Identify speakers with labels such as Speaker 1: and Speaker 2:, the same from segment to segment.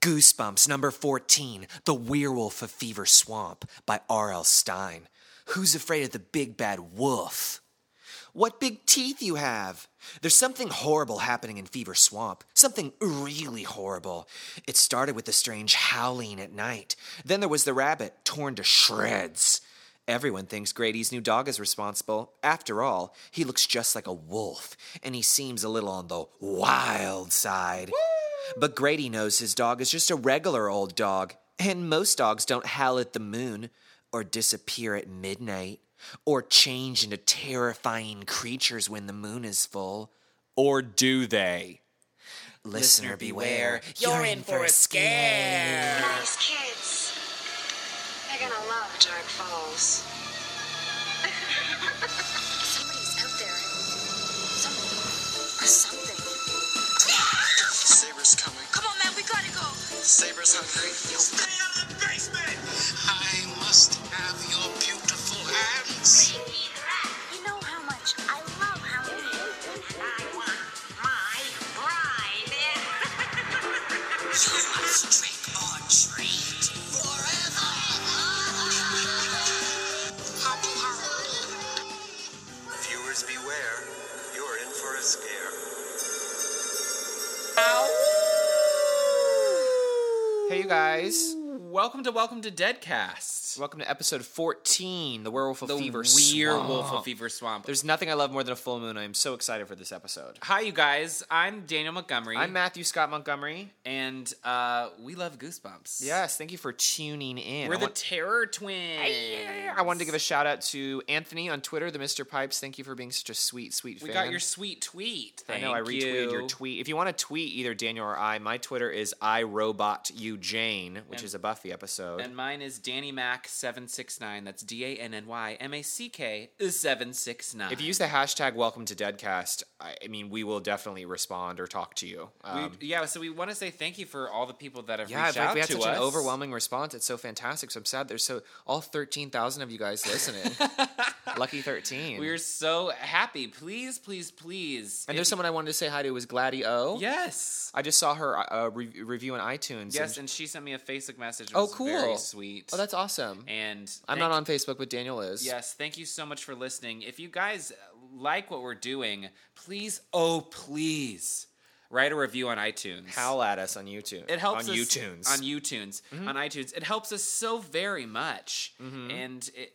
Speaker 1: Goosebumps number 14, The Werewolf of Fever Swamp by R.L. Stein. Who's afraid of the big bad wolf? What big teeth you have! There's something horrible happening in Fever Swamp. Something really horrible. It started with the strange howling at night. Then there was the rabbit, torn to shreds. Everyone thinks Grady's new dog is responsible. After all, he looks just like a wolf, and he seems a little on the wild side. But Grady knows his dog is just a regular old dog, and most dogs don't howl at the moon, or disappear at midnight, or change into terrifying creatures when the moon is full. Or do they? Listener, beware, you're in for a scare.
Speaker 2: Nice kids. They're gonna love Dark Falls. Somebody's out there. Somebody. Or something.
Speaker 3: Saber's coming.
Speaker 4: Come on, man, we gotta go.
Speaker 3: Saber's hungry. You stay out of the basement! I must have your beautiful hands.
Speaker 2: You know how much I love Halloween. And I want my bride.
Speaker 3: Happy Halloween. Viewers beware. You're in for a scare.
Speaker 1: Hey, you guys.
Speaker 5: Welcome to Welcome to Deadcast.
Speaker 1: Welcome to episode 14, The Werewolf of
Speaker 5: the
Speaker 1: Fever
Speaker 5: werewolf
Speaker 1: Swamp.
Speaker 5: of Fever Swamp.
Speaker 1: There's nothing I love more than a full moon. I am so excited for this episode.
Speaker 5: Hi, you guys. I'm Daniel Montgomery.
Speaker 1: I'm Matthew Scott Montgomery.
Speaker 5: and uh, we love Goosebumps.
Speaker 1: Yes, thank you for tuning in.
Speaker 5: We're
Speaker 1: I
Speaker 5: the
Speaker 1: want-
Speaker 5: Terror Twins.
Speaker 1: I wanted to give a shout out to Anthony on Twitter, the Mr. Pipes. Thank you for being such a sweet, sweet
Speaker 5: We
Speaker 1: fan.
Speaker 5: got your sweet tweet.
Speaker 1: I know I
Speaker 5: Thank
Speaker 1: retweeted your
Speaker 5: you.
Speaker 1: tweet. If you want to tweet either Daniel or I, my Twitter is iRobotUJane, which
Speaker 5: And-
Speaker 1: is a Buffy episode.
Speaker 5: And mine is Danny Mac seven six nine. That's D A N N Y M A C K seven six nine.
Speaker 1: if you use the hashtag Welcome to Deadcast, I, I mean, we will definitely respond or talk to you. Um,
Speaker 5: we, yeah, so we want to say thank you for all the people that have
Speaker 1: yeah,
Speaker 5: reached
Speaker 1: it's like
Speaker 5: out
Speaker 1: we had
Speaker 5: to
Speaker 1: such
Speaker 5: us.
Speaker 1: an overwhelming response. It's so fantastic. So I'm sad there's so all 13,000 of you guys listening. Lucky 13.
Speaker 5: We're so happy. Please, please, please.
Speaker 1: and there's someone I wanted to say hi to was Gladdy O.
Speaker 5: Yes.
Speaker 1: I just saw her uh, re- review on iTunes.
Speaker 5: Yes,
Speaker 1: and-
Speaker 5: and she sent me a Facebook message. It
Speaker 1: Oh,
Speaker 5: was Very
Speaker 1: cool.
Speaker 5: sweet.
Speaker 1: oh, that's awesome.
Speaker 5: and
Speaker 1: I'm
Speaker 5: thank-
Speaker 1: not on Facebook, but Daniel is.
Speaker 5: Yes, thank you so much for listening. If you guys like what we're doing, please, oh please, write a review on iTunes.
Speaker 1: Howl at us on YouTube.
Speaker 5: it helps
Speaker 1: on Mm-hmm. YouTunes.
Speaker 5: us, on YouTunes on iTunes. It helps us so very much, and it,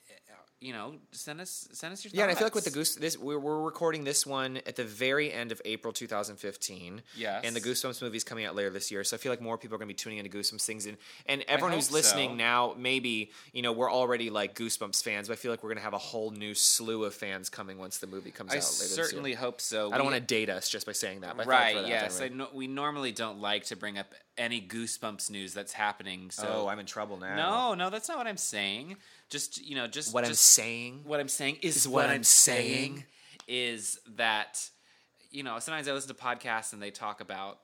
Speaker 5: you know, send us send us your
Speaker 1: Mm-hmm. yeah, and I feel like with
Speaker 5: thoughts.
Speaker 1: the goose, this we're, we're recording this one at the very end of April 2015.
Speaker 5: Yes.
Speaker 1: and the Goosebumps movie is coming out later this year, so I feel like more people are going to be tuning into Goosebumps things, and and everyone who's
Speaker 5: hope
Speaker 1: listening
Speaker 5: so.
Speaker 1: now, maybe you know we're already like Goosebumps fans, but I feel like we're going to have a whole new slew of fans coming once the movie comes
Speaker 5: I
Speaker 1: out later.
Speaker 5: certainly
Speaker 1: this year.
Speaker 5: hope so.
Speaker 1: I don't
Speaker 5: We-
Speaker 1: want to date us just by saying that. But I thought I'd throw
Speaker 5: Right,
Speaker 1: that out
Speaker 5: yes.
Speaker 1: there.
Speaker 5: I no, we normally don't like to bring up any Goosebumps news that's happening. So
Speaker 1: oh, I'm in trouble now.
Speaker 5: No, no, that's not what I'm saying. Just you know, just
Speaker 1: what I'm
Speaker 5: just,
Speaker 1: saying.
Speaker 5: What I'm saying is,
Speaker 1: is what I'm saying.
Speaker 5: is that you know sometimes I listen to podcasts and they talk about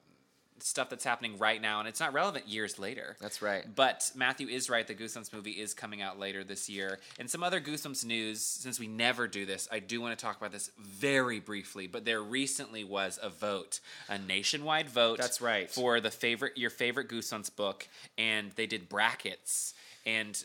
Speaker 5: stuff that's happening right now and it's not relevant years later.
Speaker 1: That's right.
Speaker 5: But Matthew is right. The Goosebumps movie is coming out later this year, and some other Goosebumps news. Since we never do this, I do want to talk about this very briefly. But there recently was a vote, a nationwide vote.
Speaker 1: That's right.
Speaker 5: for the favorite your favorite Goosebumps book, and they did brackets and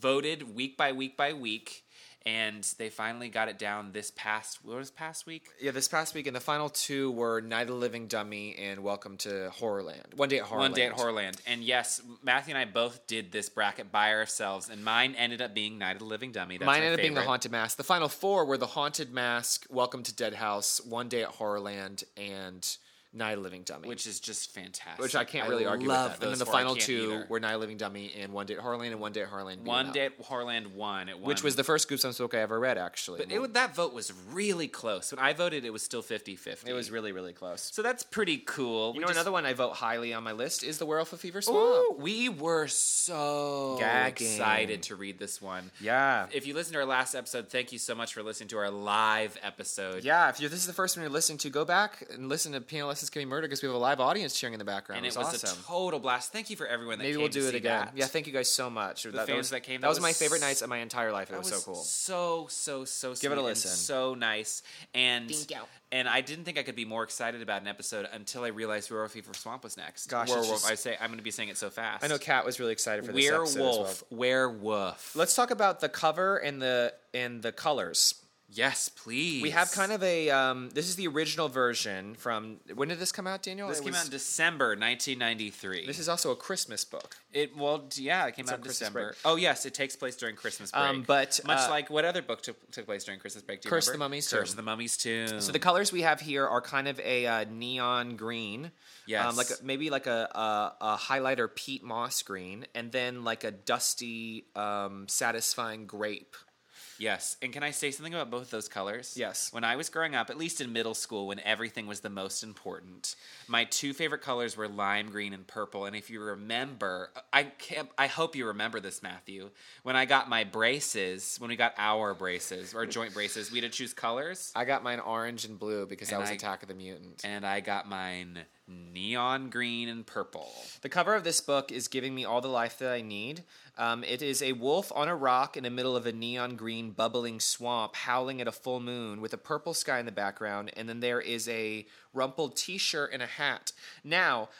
Speaker 5: voted week by week by week. And they finally got it down this past what was past week?
Speaker 1: Yeah, this past week, and the final two were Night of the Living Dummy and Welcome to Horrorland. One day at Horrorland.
Speaker 5: One day at Horrorland. And yes, Matthew and I both did this bracket by ourselves, and mine ended up being Night of the Living Dummy. That's
Speaker 1: Mine
Speaker 5: my
Speaker 1: ended up being the
Speaker 5: favorite.
Speaker 1: Haunted Mask. The final four were the Haunted Mask, Welcome to Dead House, One Day at Horrorland, and Night of the Living Dummy.
Speaker 5: which is just fantastic.
Speaker 1: which I can't really argue
Speaker 5: love
Speaker 1: with that. And then
Speaker 5: those
Speaker 1: the
Speaker 5: four. I
Speaker 1: final
Speaker 5: can't
Speaker 1: two
Speaker 5: either.
Speaker 1: were Night of the Living Dummy and One Day at Horrorland, and One Day at Horrorland. beat
Speaker 5: one
Speaker 1: out.
Speaker 5: day at Horrorland won. It won.
Speaker 1: which was the first Goosebumps book I ever read, actually.
Speaker 5: But it, would- that vote was really close. When I voted, it was still 50 50.
Speaker 1: It was really, really close.
Speaker 5: So that's pretty cool.
Speaker 1: You know, another one I vote highly on my list is The Werewolf of Fever
Speaker 5: Ooh,
Speaker 1: Swamp.
Speaker 5: we were so
Speaker 1: Gagging.
Speaker 5: excited to read this one.
Speaker 1: Yeah.
Speaker 5: If you listened to our last episode, thank you so much for listening to our live episode.
Speaker 1: Yeah, if you're, this is the first one you're listening to, go back and listen to PNLS This Is Gonna Be Murder because we have a live audience cheering in the background.
Speaker 5: and it
Speaker 1: it
Speaker 5: was
Speaker 1: was awesome.
Speaker 5: a total blast. Thank you for everyone that
Speaker 1: Maybe
Speaker 5: came
Speaker 1: we'll
Speaker 5: to
Speaker 1: do it
Speaker 5: see
Speaker 1: again.
Speaker 5: that.
Speaker 1: Yeah, thank you guys so much. The
Speaker 5: fans
Speaker 1: was,
Speaker 5: that came,
Speaker 1: That,
Speaker 5: that
Speaker 1: was, my
Speaker 5: was-
Speaker 1: favorite nights of my entire life. It was, so cool.
Speaker 5: So so so
Speaker 1: Give it a
Speaker 5: sweet and
Speaker 1: listen.
Speaker 5: So nice and
Speaker 1: Thank you.
Speaker 5: and I didn't think I could be more excited about an episode until I realized Werewolf Fever Swamp was next.
Speaker 1: Gosh, it's
Speaker 5: werewolf,
Speaker 1: just-
Speaker 5: I say I'm going to be saying it so fast.
Speaker 1: I know Kat was really excited for this
Speaker 5: werewolf,
Speaker 1: episode as well.
Speaker 5: werewolf.
Speaker 1: Let's talk about the cover and the and the colors.
Speaker 5: yes, please.
Speaker 1: We have kind of a um, this is the original version from when did this come out, Daniel?
Speaker 5: this
Speaker 1: It
Speaker 5: came
Speaker 1: was-
Speaker 5: out in December 1993.
Speaker 1: This is also a Christmas book.
Speaker 5: It well, d- yeah, it came
Speaker 1: It's
Speaker 5: out
Speaker 1: on
Speaker 5: in
Speaker 1: Christmas
Speaker 5: December.
Speaker 1: break.
Speaker 5: Oh yes, it takes place during Christmas break.
Speaker 1: Um, but,
Speaker 5: much
Speaker 1: uh,
Speaker 5: like what other book took, took place during Christmas break? Do you
Speaker 1: Curse
Speaker 5: remember?
Speaker 1: the Mummy's
Speaker 5: Curse
Speaker 1: Tomb.
Speaker 5: the Mummy's Tomb.
Speaker 1: So the colors we have here are kind of a uh, neon green.
Speaker 5: Yes.
Speaker 1: Um, like a, maybe like a, a a highlighter peat moss green, and then like a dusty, um, satisfying grape.
Speaker 5: Yes. And can I say something about both those colors?
Speaker 1: Yes.
Speaker 5: When I was growing up, at least in middle school, when everything was the most important, my two favorite colors were lime green and purple. And if you remember, I can't, I hope you remember this, Matthew. When I got my braces, when we got our braces, our joint braces, we had to choose colors.
Speaker 1: I got mine orange and blue because that
Speaker 5: And
Speaker 1: was
Speaker 5: I-
Speaker 1: Attack of the Mutant.
Speaker 5: And I got mine neon green and purple.
Speaker 1: The cover of this book is giving me all the life that I need. Um, it is a wolf on a rock in the middle of a neon green bubbling swamp, howling at a full moon with a purple sky in the background, and then there is a rumpled T-shirt and a hat. Now,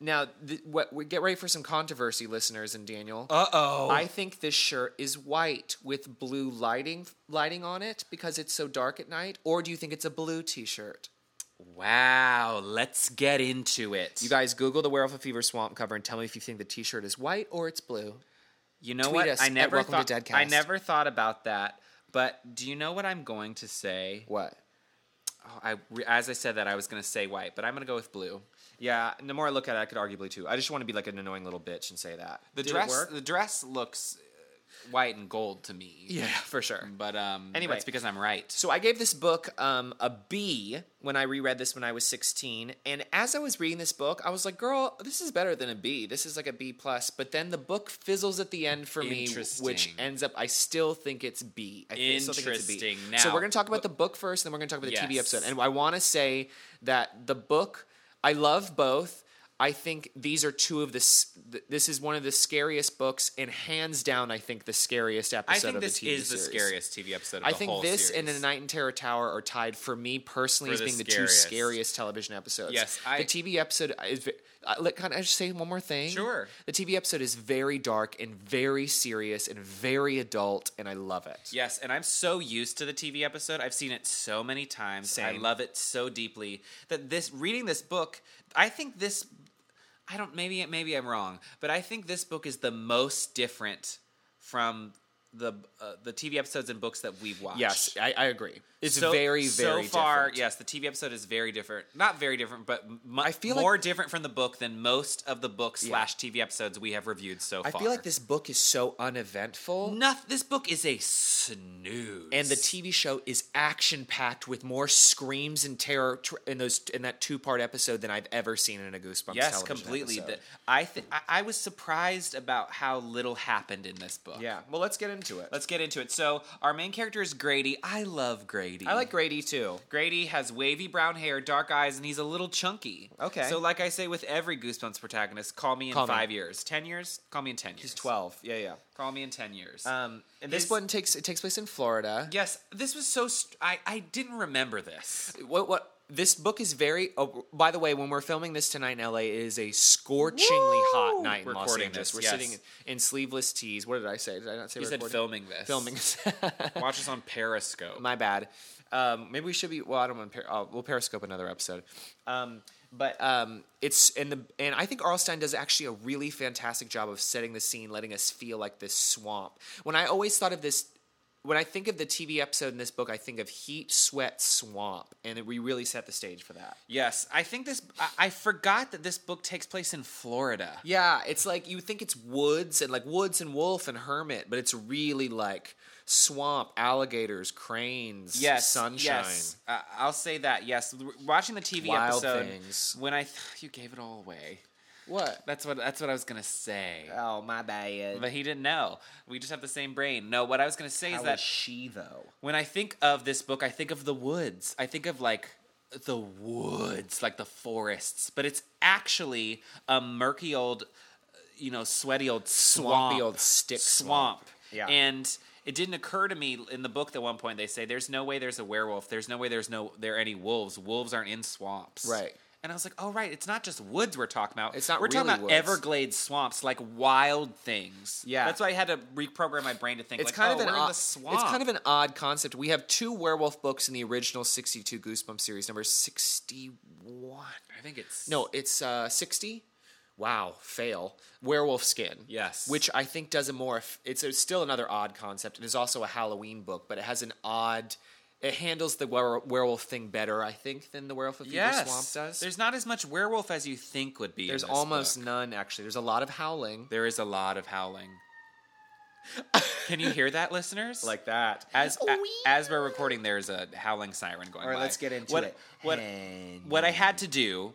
Speaker 1: now, th- what, we get ready for some controversy, listeners and Daniel. Uh oh. I think this shirt is white with blue lighting lighting on it because it's so dark at night. Or do you think it's a blue T-shirt?
Speaker 5: Wow. Let's get into it.
Speaker 1: You guys Google the Werewolf of Fever Swamp cover and tell me if you think the T-shirt is white or it's blue.
Speaker 5: You know
Speaker 1: Tweet
Speaker 5: what?
Speaker 1: us
Speaker 5: I
Speaker 1: at
Speaker 5: never
Speaker 1: Welcome to
Speaker 5: thought. I
Speaker 1: Deadcast.
Speaker 5: never thought about that. But do you know what I'm going to say?
Speaker 1: What?
Speaker 5: Oh, I re- as I said that I was going to say white, but I'm going to go with blue.
Speaker 1: Yeah, and the more I look at it, I could argue blue too. I just want to be like an annoying little bitch and say that.
Speaker 5: The
Speaker 1: Did it
Speaker 5: dress
Speaker 1: work?
Speaker 5: the dress looks uh, white and gold to me.
Speaker 1: yeah, for sure.
Speaker 5: But um
Speaker 1: Anyway.
Speaker 5: anyway, it's because I'm right.
Speaker 1: So I gave this book um, a B when I reread this when I was 16, and as I was reading this book, I was like, "Girl, this is better than a B. This is like a B plus." But then the book fizzles at the end for me, which
Speaker 5: Interesting.
Speaker 1: ends up I still think it's B. I thi- still think it's a B.
Speaker 5: Interesting.
Speaker 1: so
Speaker 5: Now-
Speaker 1: we're gonna talk about the book first, then we're gonna talk about the TV
Speaker 5: Yes.
Speaker 1: episode. And I want to say that the book, I love both. I think these are two of the. s- th- This is one of the scariest books, and hands down, I think the scariest episode
Speaker 5: I think
Speaker 1: of
Speaker 5: this
Speaker 1: the TV
Speaker 5: is
Speaker 1: series.
Speaker 5: the scariest TV episode of
Speaker 1: I
Speaker 5: the
Speaker 1: think
Speaker 5: whole
Speaker 1: this
Speaker 5: series.
Speaker 1: and A Night in Terror Tower are tied for me personally
Speaker 5: For
Speaker 1: as
Speaker 5: the
Speaker 1: being
Speaker 5: scariest.
Speaker 1: the two scariest television episodes.
Speaker 5: Yes, I-
Speaker 1: the TV episode is. ve- I, let, can I just say one more thing?
Speaker 5: Sure.
Speaker 1: The TV episode is very dark and very serious and very adult, and I love it.
Speaker 5: Yes, and I'm so used to the TV episode. I've seen it so many times. I
Speaker 1: Same.
Speaker 5: love it so deeply that this reading this book, I think this I don't maybe maybe I'm wrong, but I think this book is the most different from the uh, the TV episodes and books that we've watched.
Speaker 1: Yes, I, I agree. It's very,
Speaker 5: so
Speaker 1: very
Speaker 5: far.
Speaker 1: different.
Speaker 5: Yes, the TV episode is very different. Not very different, but mu-
Speaker 1: I feel like-
Speaker 5: more different from the book than most of the book slash TV episodes we have reviewed so
Speaker 1: I
Speaker 5: far.
Speaker 1: feel like this book is so uneventful.
Speaker 5: Noth- this book is a snooze,
Speaker 1: and the TV show is action packed with more screams and terror tr- in those in that two part episode than I've ever seen in a Goosebumps.
Speaker 5: yes,
Speaker 1: television
Speaker 5: completely.
Speaker 1: episode.
Speaker 5: The- I think I was surprised about how little happened in this book.
Speaker 1: yeah. Well, let's get into it.
Speaker 5: let's get into it. So our main character is Grady. I love Grady.
Speaker 1: I like Grady too.
Speaker 5: Grady has wavy brown hair, dark eyes, and he's a little chunky.
Speaker 1: Okay.
Speaker 5: So, like I say with every Goosebumps protagonist, call me in
Speaker 1: Call me.
Speaker 5: five years. Ten years? Call me in ten years.
Speaker 1: He's twelve. Yeah, yeah.
Speaker 5: Call me in ten years.
Speaker 1: Um, and this
Speaker 5: His-
Speaker 1: one takes it takes place in Florida.
Speaker 5: yes, this was so. St- I, I didn't remember this.
Speaker 1: What what this book is very. Oh, by the way, when we're filming this tonight in LA, it is a scorchingly hot night in Los
Speaker 5: Recording
Speaker 1: Angeles.
Speaker 5: this,
Speaker 1: we're
Speaker 5: yes.
Speaker 1: sitting in sleeveless tees. What did I say? Did I not say
Speaker 5: You said
Speaker 1: recording?
Speaker 5: filming this.
Speaker 1: filming?
Speaker 5: Watch us on Periscope.
Speaker 1: My bad. Um, maybe we should be. Well, I don't want. Per- oh, we'll periscope another episode. Um, but um, it's and the and I think Arlstein does actually a really fantastic job of setting the scene, letting us feel like this swamp. When I always thought of this, when I think of the TV episode in this book, I think of heat, sweat, swamp, and we really set the stage for that.
Speaker 5: yes, I think this. I, I forgot that this book takes place in Florida.
Speaker 1: Yeah, it's like you think it's woods and like woods and wolf and hermit, but it's really like swamp, alligators, cranes,
Speaker 5: Yes,
Speaker 1: sunshine.
Speaker 5: Yes, uh, I'll say that. Yes, R- watching the TV
Speaker 1: Wild
Speaker 5: episode
Speaker 1: things.
Speaker 5: when I th- you gave it all away.
Speaker 1: What?
Speaker 5: That's what. That's what I was gonna say.
Speaker 1: Oh my bad.
Speaker 5: But he didn't know. We just have the same brain. No, what I was going to say is that
Speaker 1: she though?
Speaker 5: when I think of this book, I think of the woods. I think of like the woods, like the forests, but it's actually a murky old, you know, sweaty old swamp,
Speaker 1: Swampy old stick
Speaker 5: swamp.
Speaker 1: swamp. Yeah.
Speaker 5: And it didn't occur to me in the book. At one point, they say, "There's no way there's a werewolf. There's no way there's no there are any wolves. Wolves aren't in swamps."
Speaker 1: Right.
Speaker 5: And I was like, "Oh, right. It's not just woods we're talking about.
Speaker 1: It's not
Speaker 5: We're talking
Speaker 1: really
Speaker 5: about
Speaker 1: woods."
Speaker 5: Everglades swamps, like wild things."
Speaker 1: Yeah.
Speaker 5: That's why I had to reprogram my brain to think.
Speaker 1: It's
Speaker 5: like,
Speaker 1: kind
Speaker 5: oh,
Speaker 1: of an
Speaker 5: we're in
Speaker 1: odd,
Speaker 5: the swamp.
Speaker 1: it's kind of an odd concept. We have two werewolf books in the original 62 Goosebumps series, number 61.
Speaker 5: I think it's
Speaker 1: No, it's uh, 60. Wow, fail. Werewolf skin.
Speaker 5: Yes.
Speaker 1: Which I think does a more it's a, still another odd concept. It is also a Halloween book, but it has an odd it handles the were, werewolf thing better, I think, than the werewolf of Fever
Speaker 5: yes.
Speaker 1: Swamp does.
Speaker 5: There's not as much werewolf as you think would be. in
Speaker 1: There's
Speaker 5: this
Speaker 1: almost
Speaker 5: book.
Speaker 1: none actually. There's a lot of howling.
Speaker 5: There is a lot of howling. Can you hear that, listeners?
Speaker 1: that.
Speaker 5: as a- as we're recording, there's a howling siren going.
Speaker 1: Oh, All right,
Speaker 5: by.
Speaker 1: let's get into
Speaker 5: what,
Speaker 1: it.
Speaker 5: What what I had to do.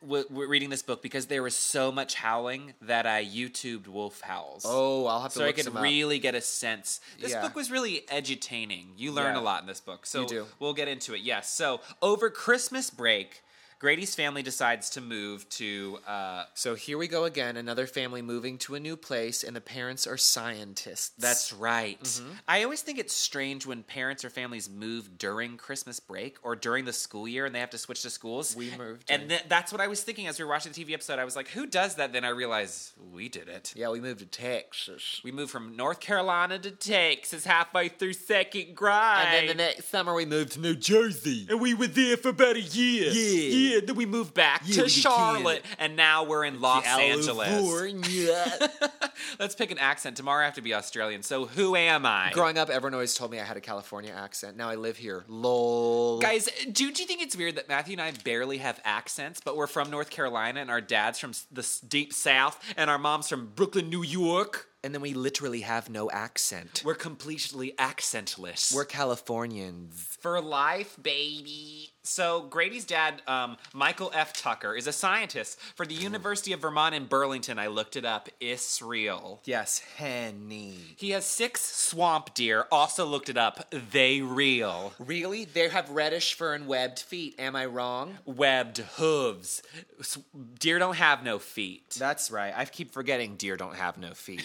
Speaker 5: w- w- reading this book because there was so much howling that I YouTubed wolf howls.
Speaker 1: Oh, I'll have to
Speaker 5: so I
Speaker 1: look
Speaker 5: could
Speaker 1: some up.
Speaker 5: really get a sense. This
Speaker 1: Yeah.
Speaker 5: book was really edutaining. You learn
Speaker 1: Yeah.
Speaker 5: a lot in this book. So
Speaker 1: You do.
Speaker 5: we'll get into it. Yes. So over Christmas break, Grady's family decides to move to uh
Speaker 1: So here we go again, another family moving to a new place and the parents are scientists.
Speaker 5: that's right.
Speaker 1: Mm-hmm.
Speaker 5: I always think it's strange when parents or families move during Christmas break or during the school year and they have to switch to schools.
Speaker 1: We moved
Speaker 5: And
Speaker 1: during-
Speaker 5: th- that's what I was thinking as we were watching the TV episode. I was like, who does that? Then I realized we did it.
Speaker 1: Yeah, we moved to Texas.
Speaker 5: We moved from North Carolina to Texas halfway through second grade.
Speaker 1: And then the next summer we moved to New Jersey.
Speaker 5: And we were there for about a year.
Speaker 1: Yeah.
Speaker 5: Yeah. Then we moved back
Speaker 1: Yeah,
Speaker 5: to
Speaker 1: we did.
Speaker 5: Charlotte. And now we're in Los Angeles.
Speaker 1: California.
Speaker 5: Let's pick an accent. Tomorrow I have to be Australian. So who am I?
Speaker 1: Growing up, everyone always told me I had a California accent. Now I live here. Lol.
Speaker 5: Guys, do, do you think it's weird that Matthew and I barely have accents, but we're from North Carolina and our dad's from s- the s- deep south and our mom's from Brooklyn, New York?
Speaker 1: And then we literally have no accent.
Speaker 5: We're completely accentless.
Speaker 1: We're Californians.
Speaker 5: for life, baby. So Grady's dad, um, Michael F. Tucker, is a scientist for the University of Vermont in Burlington. I looked it up. Israel.
Speaker 1: Yes, Henny.
Speaker 5: He has six swamp deer. Also looked it up. They real.
Speaker 1: Really? They have reddish fur and webbed feet. Am I wrong?
Speaker 5: Webbed hooves. S- Deer don't have no feet.
Speaker 1: That's right. I keep forgetting deer don't have no feet.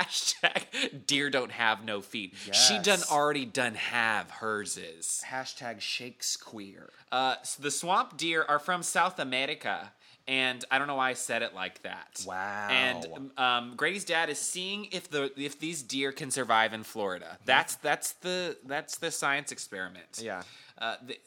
Speaker 5: Hashtag deer don't have no feet. She done
Speaker 1: Yes.
Speaker 5: already done have hers is.
Speaker 1: Hashtag Shakespeare.
Speaker 5: Uh, so the swamp deer are from South America. And I don't know why I said it like that.
Speaker 1: Wow.
Speaker 5: And um, Grady's dad is seeing if the if these deer can survive in Florida. That's that's the that's the science experiment.
Speaker 1: Yeah.
Speaker 5: Uh, the,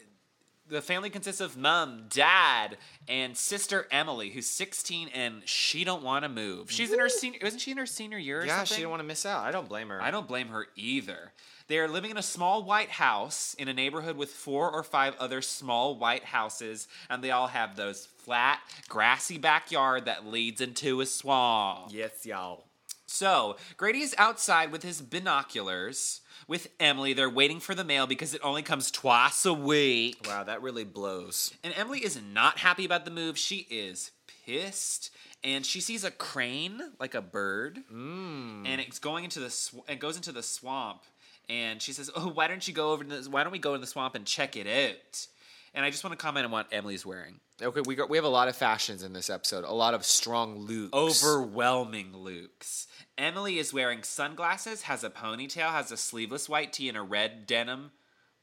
Speaker 5: the family consists of mom, dad, and sister Emily, who's 16 and she don't want to move. She's in her senior. Isn't she in her senior year? Or
Speaker 1: Yeah,
Speaker 5: something?
Speaker 1: she didn't want to miss out. I don't blame her.
Speaker 5: I don't blame her either. They are living in a small white house in a neighborhood with four or five other small white houses, and they all have those flat, grassy backyard that leads into a swamp.
Speaker 1: Yes, y'all.
Speaker 5: So, Grady is outside with his binoculars with Emily. They're waiting for the mail because it only comes twice a week.
Speaker 1: Wow, that really blows.
Speaker 5: And Emily is not happy about the move. She is pissed. And she sees a crane, like a bird, and it's going into the sw- it goes into the swamp. And she says, "Oh, why don't you go over to this? Why don't we go in the swamp and check it out?" And I just want to comment on what Emily's wearing.
Speaker 1: Okay, we got, we have a lot of fashions in this episode. A lot of strong looks.
Speaker 5: Overwhelming looks. Emily is wearing sunglasses, has a ponytail, has a sleeveless white tee, and a red denim.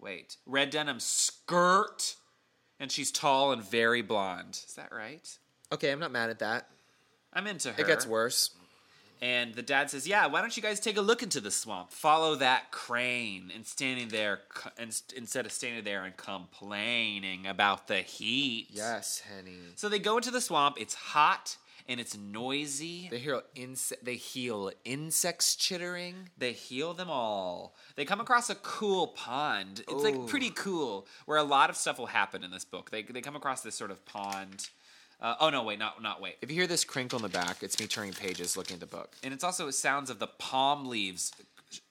Speaker 5: Wait, red denim skirt. And she's tall and very blonde. Is that right?
Speaker 1: Okay, I'm not mad at that.
Speaker 5: I'm into her.
Speaker 1: It gets worse.
Speaker 5: And the dad says, "Yeah, why don't you guys take a look into the swamp? Follow that crane." And standing there, c- and st- instead of standing there and complaining about the heat.
Speaker 1: Yes, Henny.
Speaker 5: So they go into the swamp. It's hot and it's noisy.
Speaker 1: They hear inse- they heal insects chittering.
Speaker 5: They heal them all. They come across a cool pond. It's
Speaker 1: Ooh.
Speaker 5: like pretty cool, where a lot of stuff will happen in this book. They they come across this sort of pond. Uh, oh no, wait, not not wait.
Speaker 1: If you hear this crinkle in the back, it's me turning pages looking at the book.
Speaker 5: And it's also sounds of the palm leaves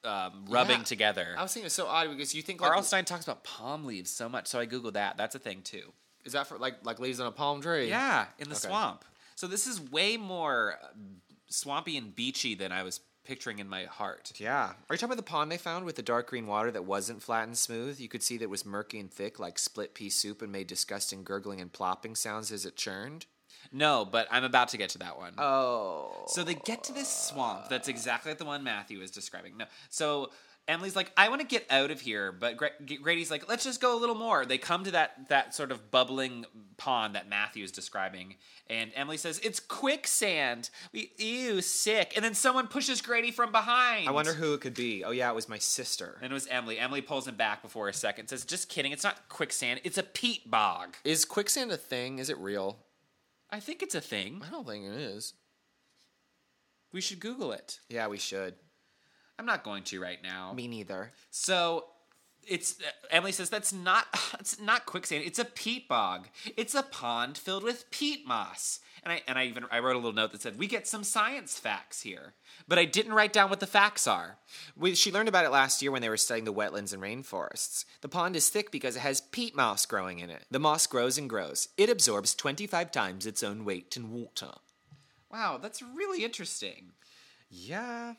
Speaker 5: um, rubbing
Speaker 1: Yeah.
Speaker 5: together.
Speaker 1: I was thinking it's so odd because you think like,
Speaker 5: Carl Stein talks about palm leaves so much, so I googled that. That's a thing too.
Speaker 1: is that for like like leaves on a palm tree?
Speaker 5: Yeah, in the
Speaker 1: Okay.
Speaker 5: swamp. So this is way more uh, swampy and beachy than I was picturing in my heart.
Speaker 1: Yeah. Are you talking about the pond they found with the dark green water that wasn't flat and smooth? You could see that it was murky and thick, like split pea soup, and made disgusting gurgling and plopping sounds as it churned.
Speaker 5: No, but I'm about to get to that one.
Speaker 1: Oh.
Speaker 5: So they get to this swamp that's exactly like the one Matthew was describing. No, so Emily's like, I want to get out of here, but Gra- Grady's like, let's just go a little more. They come to that that sort of bubbling pond that Matthew is describing, and Emily says it's quicksand. We ew sick, and then someone pushes Grady from behind.
Speaker 1: I wonder who it could be. Oh yeah, it was my sister.
Speaker 5: And it was Emily. Emily pulls him back before a second. Says, "Just kidding. It's not quicksand. It's a peat bog.
Speaker 1: Is quicksand a thing? Is it real?
Speaker 5: I think it's a thing.
Speaker 1: I don't think it is.
Speaker 5: We should Google it.
Speaker 1: Yeah, we should.
Speaker 5: I'm not going to right now.
Speaker 1: Me neither.
Speaker 5: So it's uh, Emily says that's not it's not quicksand. It's a peat bog. It's a pond filled with peat moss. And I and I even I wrote a little note that said we get some science facts here, but I didn't write down what the facts are.
Speaker 1: We, she learned about it last year when they were studying the wetlands and rainforests. The pond is thick because it has peat moss growing in it. The moss grows and grows. It absorbs 25 times its own weight in water.
Speaker 5: Wow, that's really interesting.
Speaker 1: Yeah.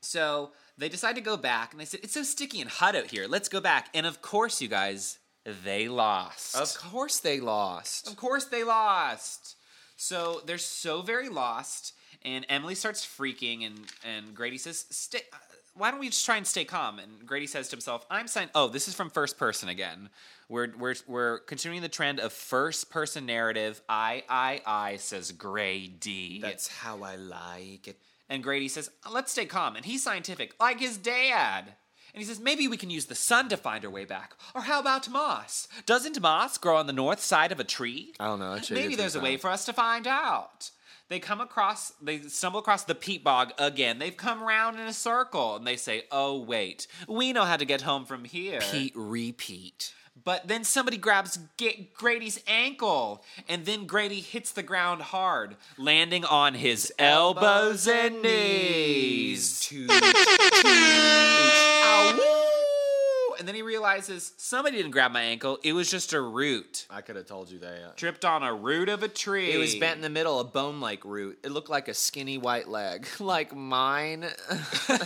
Speaker 5: So they decide to go back, and they said it's so sticky and hot out here. Let's go back. And of course, you guys, they lost.
Speaker 1: Of course they lost.
Speaker 5: Of course they lost. So they're so very lost, and Emily starts freaking, and and Grady says, "Stay." uh, Why don't we just try and stay calm? And Grady says to himself, "I'm sign." Oh, this is from first person again. We're we're we're continuing the trend of first person narrative. I I I says Grady.
Speaker 1: That's how I like it.
Speaker 5: And Grady says, let's stay calm. And he's scientific, like his dad. And he says, maybe we can use the sun to find our way back. Or how about moss? Doesn't moss grow on the north side of a tree?
Speaker 1: I don't know, that shit
Speaker 5: Maybe
Speaker 1: gets me
Speaker 5: there's a way
Speaker 1: going.
Speaker 5: for us to find out. They come across, they stumble across the peat bog again. They've come round in a circle and they say, oh, wait, we know how to get home from here.
Speaker 1: Pete repeat.
Speaker 5: But then somebody grabs Ga- Grady's ankle, and then Grady hits the ground hard, landing on his elbows and knees.
Speaker 1: Two.
Speaker 5: Ow! And then he realizes somebody didn't grab my ankle; it was just a root.
Speaker 1: I could have told you that.
Speaker 5: Tripped on a root of a tree.
Speaker 1: It was bent in the middle, a bone like root. It looked like a skinny white leg. Like mine.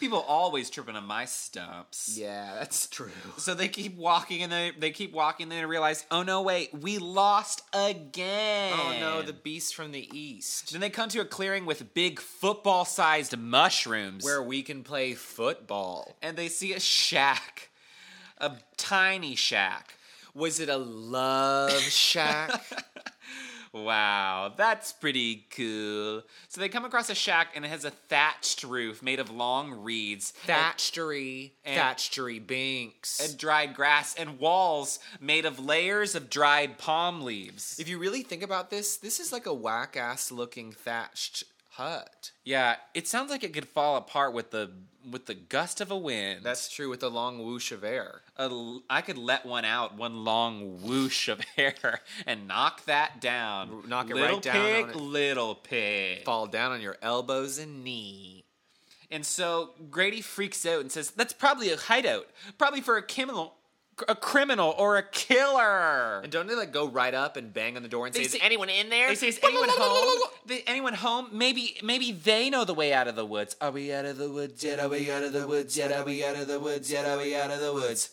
Speaker 5: People always tripping on my stumps.
Speaker 1: yeah, that's true.
Speaker 5: So they keep walking, and they they keep walking, and they realize, oh no, wait, we lost again.
Speaker 1: Oh no, the beast from the east.
Speaker 5: Then they come to a clearing with big football sized mushrooms.
Speaker 1: Where we can play football.
Speaker 5: and they see a shack. A tiny shack.
Speaker 1: Was it a love shack?
Speaker 5: Wow, that's pretty cool. So they come across a shack and it has a thatched roof made of long reeds
Speaker 1: Thatchery.
Speaker 5: And-
Speaker 1: Thatchery Binks.
Speaker 5: and dried grass and walls made of layers of dried palm leaves.
Speaker 1: if you really think about this, this is like a whack ass looking thatched hut.
Speaker 5: Yeah, it sounds like it could fall apart with the with the gust of a wind.
Speaker 1: That's true with a long whoosh of air.
Speaker 5: a l- I could let one out, one long whoosh of air, and knock that down.
Speaker 1: knock it
Speaker 5: little
Speaker 1: right down on
Speaker 5: Pig,
Speaker 1: it.
Speaker 5: little pig.
Speaker 1: Fall down on your elbows and knee.
Speaker 5: And so Grady freaks out and says, "That's probably a hideout, probably for a criminal, a criminal or a killer."
Speaker 1: And don't they like go right up and bang on the door and say,
Speaker 5: They
Speaker 1: "Is
Speaker 5: say-
Speaker 1: anyone in there?
Speaker 5: they say, "Is anyone home? Th- anyone home? Maybe, maybe they know the way out of the woods. Oh, Are we out of the woods yet? Are we out of the woods yet? Are we out of the woods yet? Are we out of the woods?"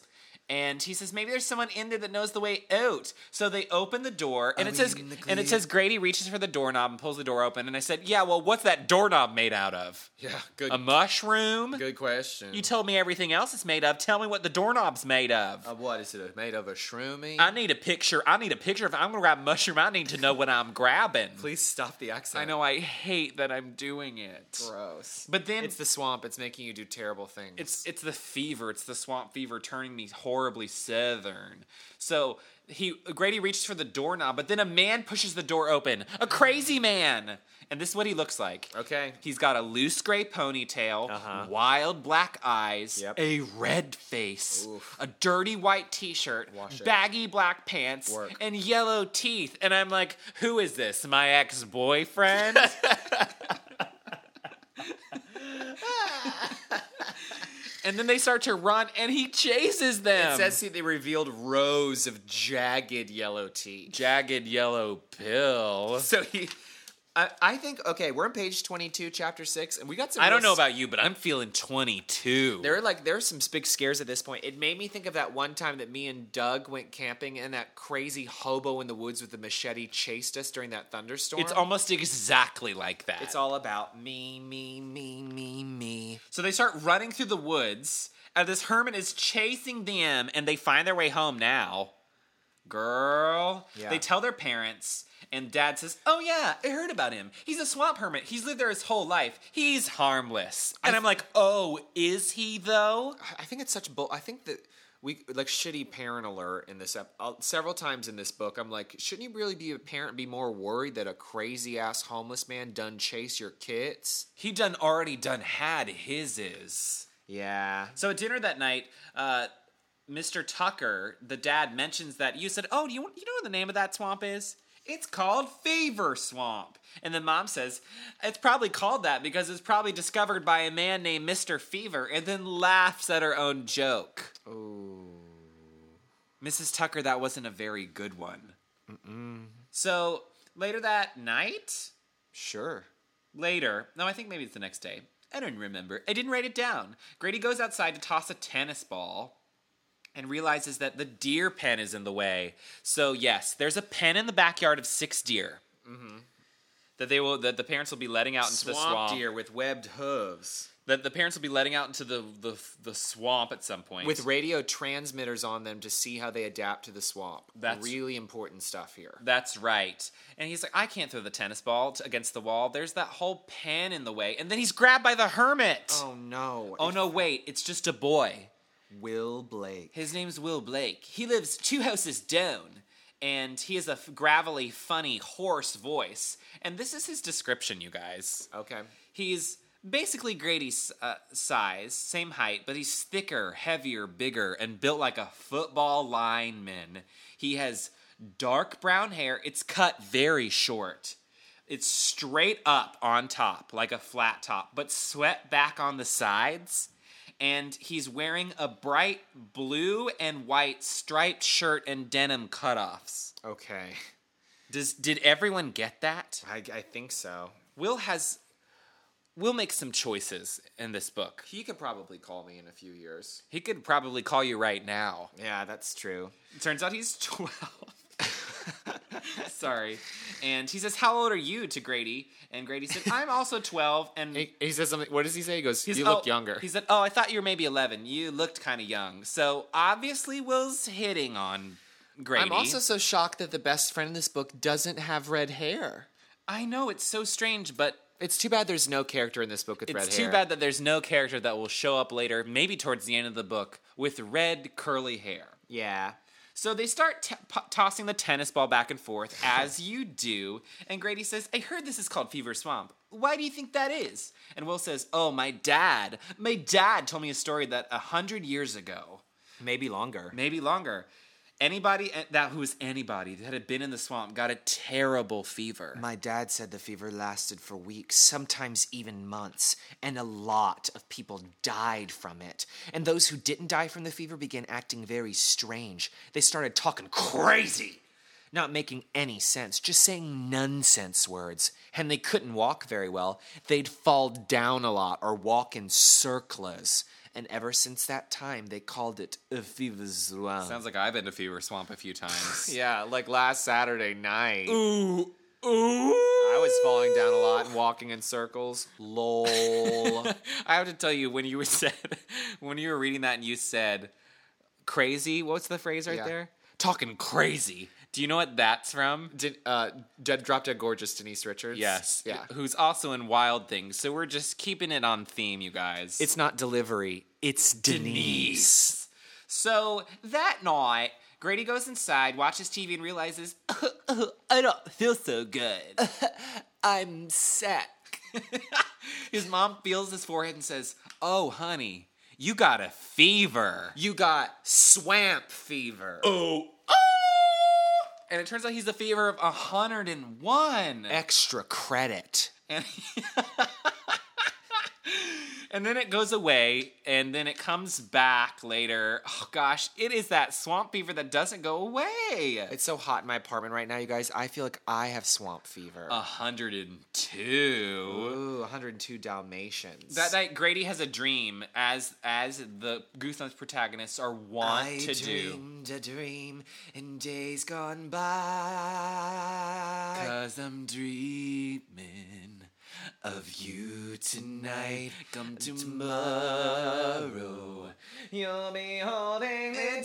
Speaker 5: And he says, "Maybe there's someone in there that knows the way out." So they open the door, and
Speaker 1: Are
Speaker 5: it
Speaker 1: we
Speaker 5: says,
Speaker 1: in the clear?
Speaker 5: and it says, Grady reaches for the doorknob and pulls the door open. And I said, "Yeah, well, what's that doorknob made out of?
Speaker 1: Yeah, good,
Speaker 5: A mushroom?"
Speaker 1: good question.
Speaker 5: You told me everything else it's made of. Tell me what the doorknob's made of.
Speaker 1: Uh, what is it? Made of a shroomy?
Speaker 5: I need a picture. I need a picture. If I'm gonna grab mushroom, I need to know what I'm grabbing.
Speaker 1: Please stop the accent.
Speaker 5: I know I hate that I'm doing it.
Speaker 1: Gross.
Speaker 5: But then
Speaker 1: it's the swamp. It's making you do terrible things.
Speaker 5: it's it's the fever. It's the swamp fever turning me horribly southern. So he Grady reaches for the doorknob, but then a man pushes the door open. A crazy man. And this is what he looks like.
Speaker 1: okay.
Speaker 5: He's got a loose gray ponytail,
Speaker 1: Uh-huh.
Speaker 5: wild black eyes,
Speaker 1: Yep.
Speaker 5: a red face,
Speaker 1: Oof.
Speaker 5: a dirty white t-shirt,
Speaker 1: Wash it.
Speaker 5: baggy black pants,
Speaker 1: Work.
Speaker 5: and yellow teeth. And I'm like, who is this? My ex-boyfriend? and then they start to run and he chases them.
Speaker 1: It says here they revealed rows of jagged yellow teeth.
Speaker 5: jagged yellow pill.
Speaker 1: So he I, I think okay, we're on page twenty-two, chapter six, and we got some.
Speaker 5: I don't
Speaker 1: real
Speaker 5: know
Speaker 1: s-
Speaker 5: about you, but I'm feeling 22.
Speaker 1: There are like there are some big scares at this point. It made me think of that one time that me and Doug went camping, and that crazy hobo in the woods with the machete chased us during that thunderstorm.
Speaker 5: it's almost exactly like that.
Speaker 1: It's all about me, me, me, me, me.
Speaker 5: So they start running through the woods, and this hermit is chasing them, and they find their way home now. Girl.
Speaker 1: Yeah.
Speaker 5: They tell their parents, and dad says, Oh, yeah, I heard about him. He's a swamp hermit. He's lived there his whole life. He's harmless. And I'm like, Oh, is he though?
Speaker 1: I- I think it's such bull. I think that we like shitty parent alert in this. Ep- uh, several times in this book, I'm like, shouldn't you really be a parent? and Be more worried that a crazy ass homeless man done chase your kids?
Speaker 5: He done already done had his is.
Speaker 1: Yeah.
Speaker 5: So at dinner that night, uh, Mr. Tucker, the dad, mentions that you said, "Oh, do you want- you know what the name of that swamp is? It's called Fever Swamp." And then mom says, "It's probably called that because it's probably discovered by a man named Mr. Fever," and then laughs at her own joke. Oh. Mrs. Tucker, that wasn't a very good one. Mm-mm. So later that night,
Speaker 1: Sure.
Speaker 5: Later, no, I think maybe it's the next day. I don't remember. I didn't write it down. Grady goes outside to toss a tennis ball and realizes that the deer pen is in the way. So yes, there's a pen in the backyard of six deer that they will that the parents will be letting out into
Speaker 1: Mm-hmm. Swamp,
Speaker 5: the swamp.
Speaker 1: deer with webbed hooves.
Speaker 5: That the parents will be letting out into the the, the swamp at some point.
Speaker 1: With radio transmitters on them to see how they adapt to the swamp.
Speaker 5: That's-
Speaker 1: really important stuff here.
Speaker 5: That's right. And he's like, I can't throw the tennis ball t- against the wall. There's that whole pen in the way. And then he's grabbed by the hermit.
Speaker 1: Oh no.
Speaker 5: oh no, wait, it's just a boy.
Speaker 1: Will Blake.
Speaker 5: His name's Will Blake. He lives two houses down, and he has a f- gravelly, funny, hoarse voice. And this is his description, you guys.
Speaker 1: Okay.
Speaker 5: He's basically Grady's uh, size, same height, but he's thicker, heavier, bigger, and built like a football lineman. He has dark brown hair. It's cut very short. It's straight up on top, like a flat top, but swept back on the sides. And he's wearing a bright blue and white striped shirt and denim cutoffs.
Speaker 1: Okay.
Speaker 5: Does did everyone get that?
Speaker 1: I, I think so.
Speaker 5: Will has Will makes some choices in this book.
Speaker 1: He could probably call me in a few years.
Speaker 5: He could probably call you right now.
Speaker 1: Yeah, that's true.
Speaker 5: It turns out he's 12. Sorry. And he says, "How old are you?" to Grady, and Grady said, "I'm also 12." And
Speaker 1: He, he says something. What does he say? He goes,
Speaker 5: he's-
Speaker 1: "You
Speaker 5: oh,"
Speaker 1: look younger."
Speaker 5: He said, "Oh, I thought you were maybe 11. You looked kind of young." So obviously, Will's hitting on Grady.
Speaker 1: I'm also so shocked that the best friend in this book doesn't have red hair.
Speaker 5: I know it's so strange, but
Speaker 1: It's too bad there's no character in this book with
Speaker 5: It's
Speaker 1: red hair.
Speaker 5: too bad that there's no character that will show up later, maybe towards the end of the book, with red curly hair.
Speaker 1: Yeah.
Speaker 5: So they start t- po- tossing the tennis ball back and forth, as you do. And Grady says, I heard this is called Fever Swamp. Why do you think that is? And Will says, Oh, my dad. My dad told me a story that a hundred years ago,
Speaker 1: Maybe longer.
Speaker 5: maybe longer, anybody eh, that who was anybody that had been in the swamp got a terrible fever.
Speaker 6: My dad said the fever lasted for weeks, sometimes even months, and a lot of people died from it. And those who didn't die from the fever began acting very strange. They started talking crazy, not making any sense, just saying nonsense words. And they couldn't walk very well. They'd fall down a lot or walk in circles. And ever since that time, they called it a fever swamp.
Speaker 5: Sounds like I've been to Fever Swamp a few times.
Speaker 1: Yeah, like last Saturday night.
Speaker 5: Ooh, ooh.
Speaker 1: I was falling down a lot and walking in circles. Lol.
Speaker 5: I have to tell you when you were said when you were reading that and you said crazy. What's the phrase right
Speaker 1: Yeah.
Speaker 5: there? Talking crazy. Do you know what that's from?
Speaker 1: Did, uh, Dead Drop Dead Gorgeous Denise Richards? Yeah.
Speaker 5: Yeah. Who's also in Wild Things. So we're just keeping it on theme, you guys.
Speaker 6: It's not delivery, it's Denise.
Speaker 5: So that night, Grady goes inside, watches TV, and realizes I don't feel so good.
Speaker 6: I'm sick.
Speaker 5: His mom feels his forehead and says, "Oh, honey, you got a fever."
Speaker 1: You got swamp fever.
Speaker 5: And it turns out he's a fever of 101.
Speaker 6: extra credit.
Speaker 5: And And then it goes away, and then it comes back later. Oh gosh, it is that swamp fever that doesn't go away.
Speaker 6: It's so hot in my apartment right now, you guys. I feel like I have swamp fever.
Speaker 5: A hundred and two.
Speaker 6: Ooh, 102 Dalmatians.
Speaker 5: That night, Grady has a dream as as the Goosebumps protagonists are wont
Speaker 6: I
Speaker 5: to do.
Speaker 6: dreamed a dream in days gone by.
Speaker 5: Cause I'm dreaming of you tonight. Come tomorrow. You'll be holding me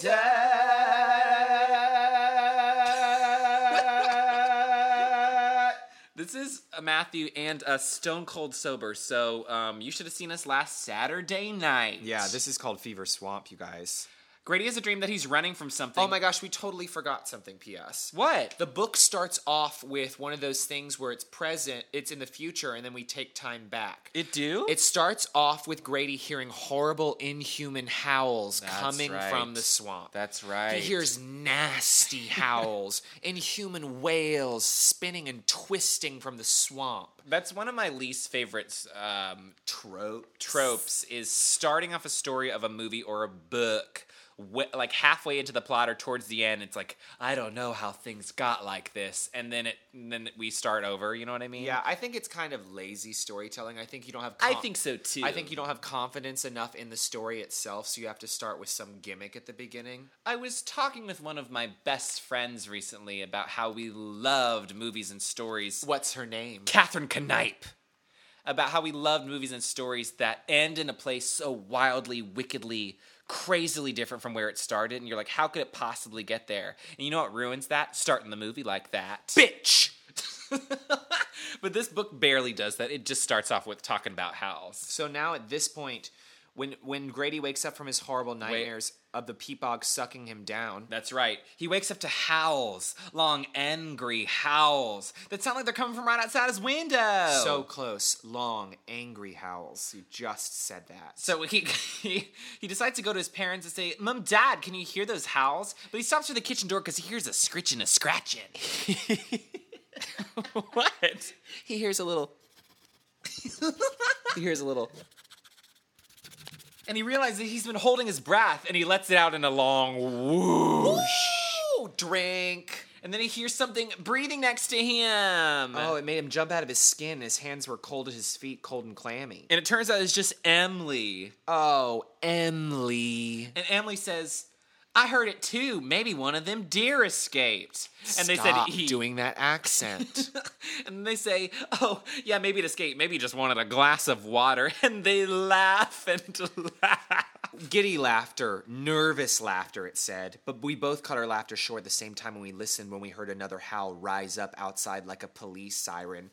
Speaker 5: tight. This is a Matthew and a Stone Cold Sober, so um, you should have seen us last Saturday night.
Speaker 6: Yeah, this is called Fever Swamp, you guys.
Speaker 5: Grady has a dream that he's running from something.
Speaker 1: Oh my gosh, we totally forgot something, P.S.
Speaker 5: What?
Speaker 1: The book starts off with one of those things where it's present, it's in the future, and then we take time back.
Speaker 5: It do?
Speaker 1: It starts off with Grady hearing horrible, inhuman howls
Speaker 5: That's
Speaker 1: coming from
Speaker 5: right.
Speaker 1: the swamp.
Speaker 5: That's right.
Speaker 1: He hears nasty howls, inhuman wails spinning and twisting from the swamp.
Speaker 5: That's one of my least favorites. Um, trope tropes is starting off a story of a movie or a book, wh- like halfway into the plot or towards the end. It's like I don't know how things got like this, and then it and then we start over. You know what I mean?
Speaker 1: Yeah, I think it's kind of lazy storytelling. I think you don't have.
Speaker 5: I
Speaker 1: con-
Speaker 5: think so too.
Speaker 1: I think you don't have confidence enough in the story itself, so you have to start with some gimmick at the beginning.
Speaker 5: I was talking with one of my best friends recently about how we loved movies and stories.
Speaker 1: What's her name?
Speaker 5: Catherine Knipe about how we loved movies and stories that end in a place so wildly, wickedly, crazily different from where it started. And you're like, how could it possibly get there? And you know what ruins that? Starting the movie like that. Bitch! but this book barely does that. It just starts off with talking about house.
Speaker 1: So now at this point, when when Grady wakes up from his horrible nightmares of the peapog sucking him down,
Speaker 5: That's right. He wakes up to howls, long, angry howls that sound like they're coming from right outside his window.
Speaker 6: Oh.
Speaker 1: so close, long, angry howls. You just said that.
Speaker 5: So he, he he decides to go to his parents and say, "Mom, Dad, can you hear those howls?" But he stops through the kitchen door because he hears a scritching, a scratching. what?
Speaker 6: He hears a little. he hears a little.
Speaker 5: And he realizes that he's been holding his breath, and he lets it out in a long whoosh.
Speaker 1: Oh, drink.
Speaker 5: And then he hears something breathing next to him.
Speaker 1: Oh, it made him jump out of his skin. His hands were cold at his feet, cold and clammy.
Speaker 5: And it turns out it's just Emily.
Speaker 1: Oh, Emily.
Speaker 5: And Emily says, "I heard it too. Maybe one of them deer escaped." and they
Speaker 1: Stop
Speaker 5: said he
Speaker 1: doing that accent.
Speaker 5: and they say, "Oh, yeah, maybe it escaped. Maybe he just wanted a glass of water." And they laugh and laugh.
Speaker 1: Giddy laughter, nervous laughter, it said, but we both cut our laughter short at the same time when we listened when we heard another howl rise up outside like a police siren.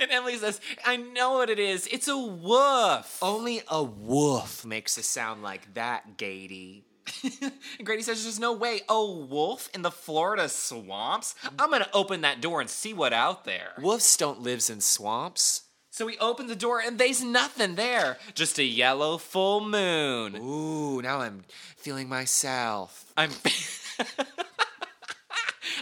Speaker 5: and Emily says, "I know what it is. It's a woof."
Speaker 1: Only a wolf makes a sound like that, Gady.
Speaker 5: And Grady says, "There's no way. Oh, wolf in the Florida swamps. I'm gonna open that door and see what out there."
Speaker 1: Wolves don't live in swamps.
Speaker 5: So he opens the door and there's nothing there. Just a yellow full moon.
Speaker 1: Ooh, now I'm feeling myself.
Speaker 5: I'm.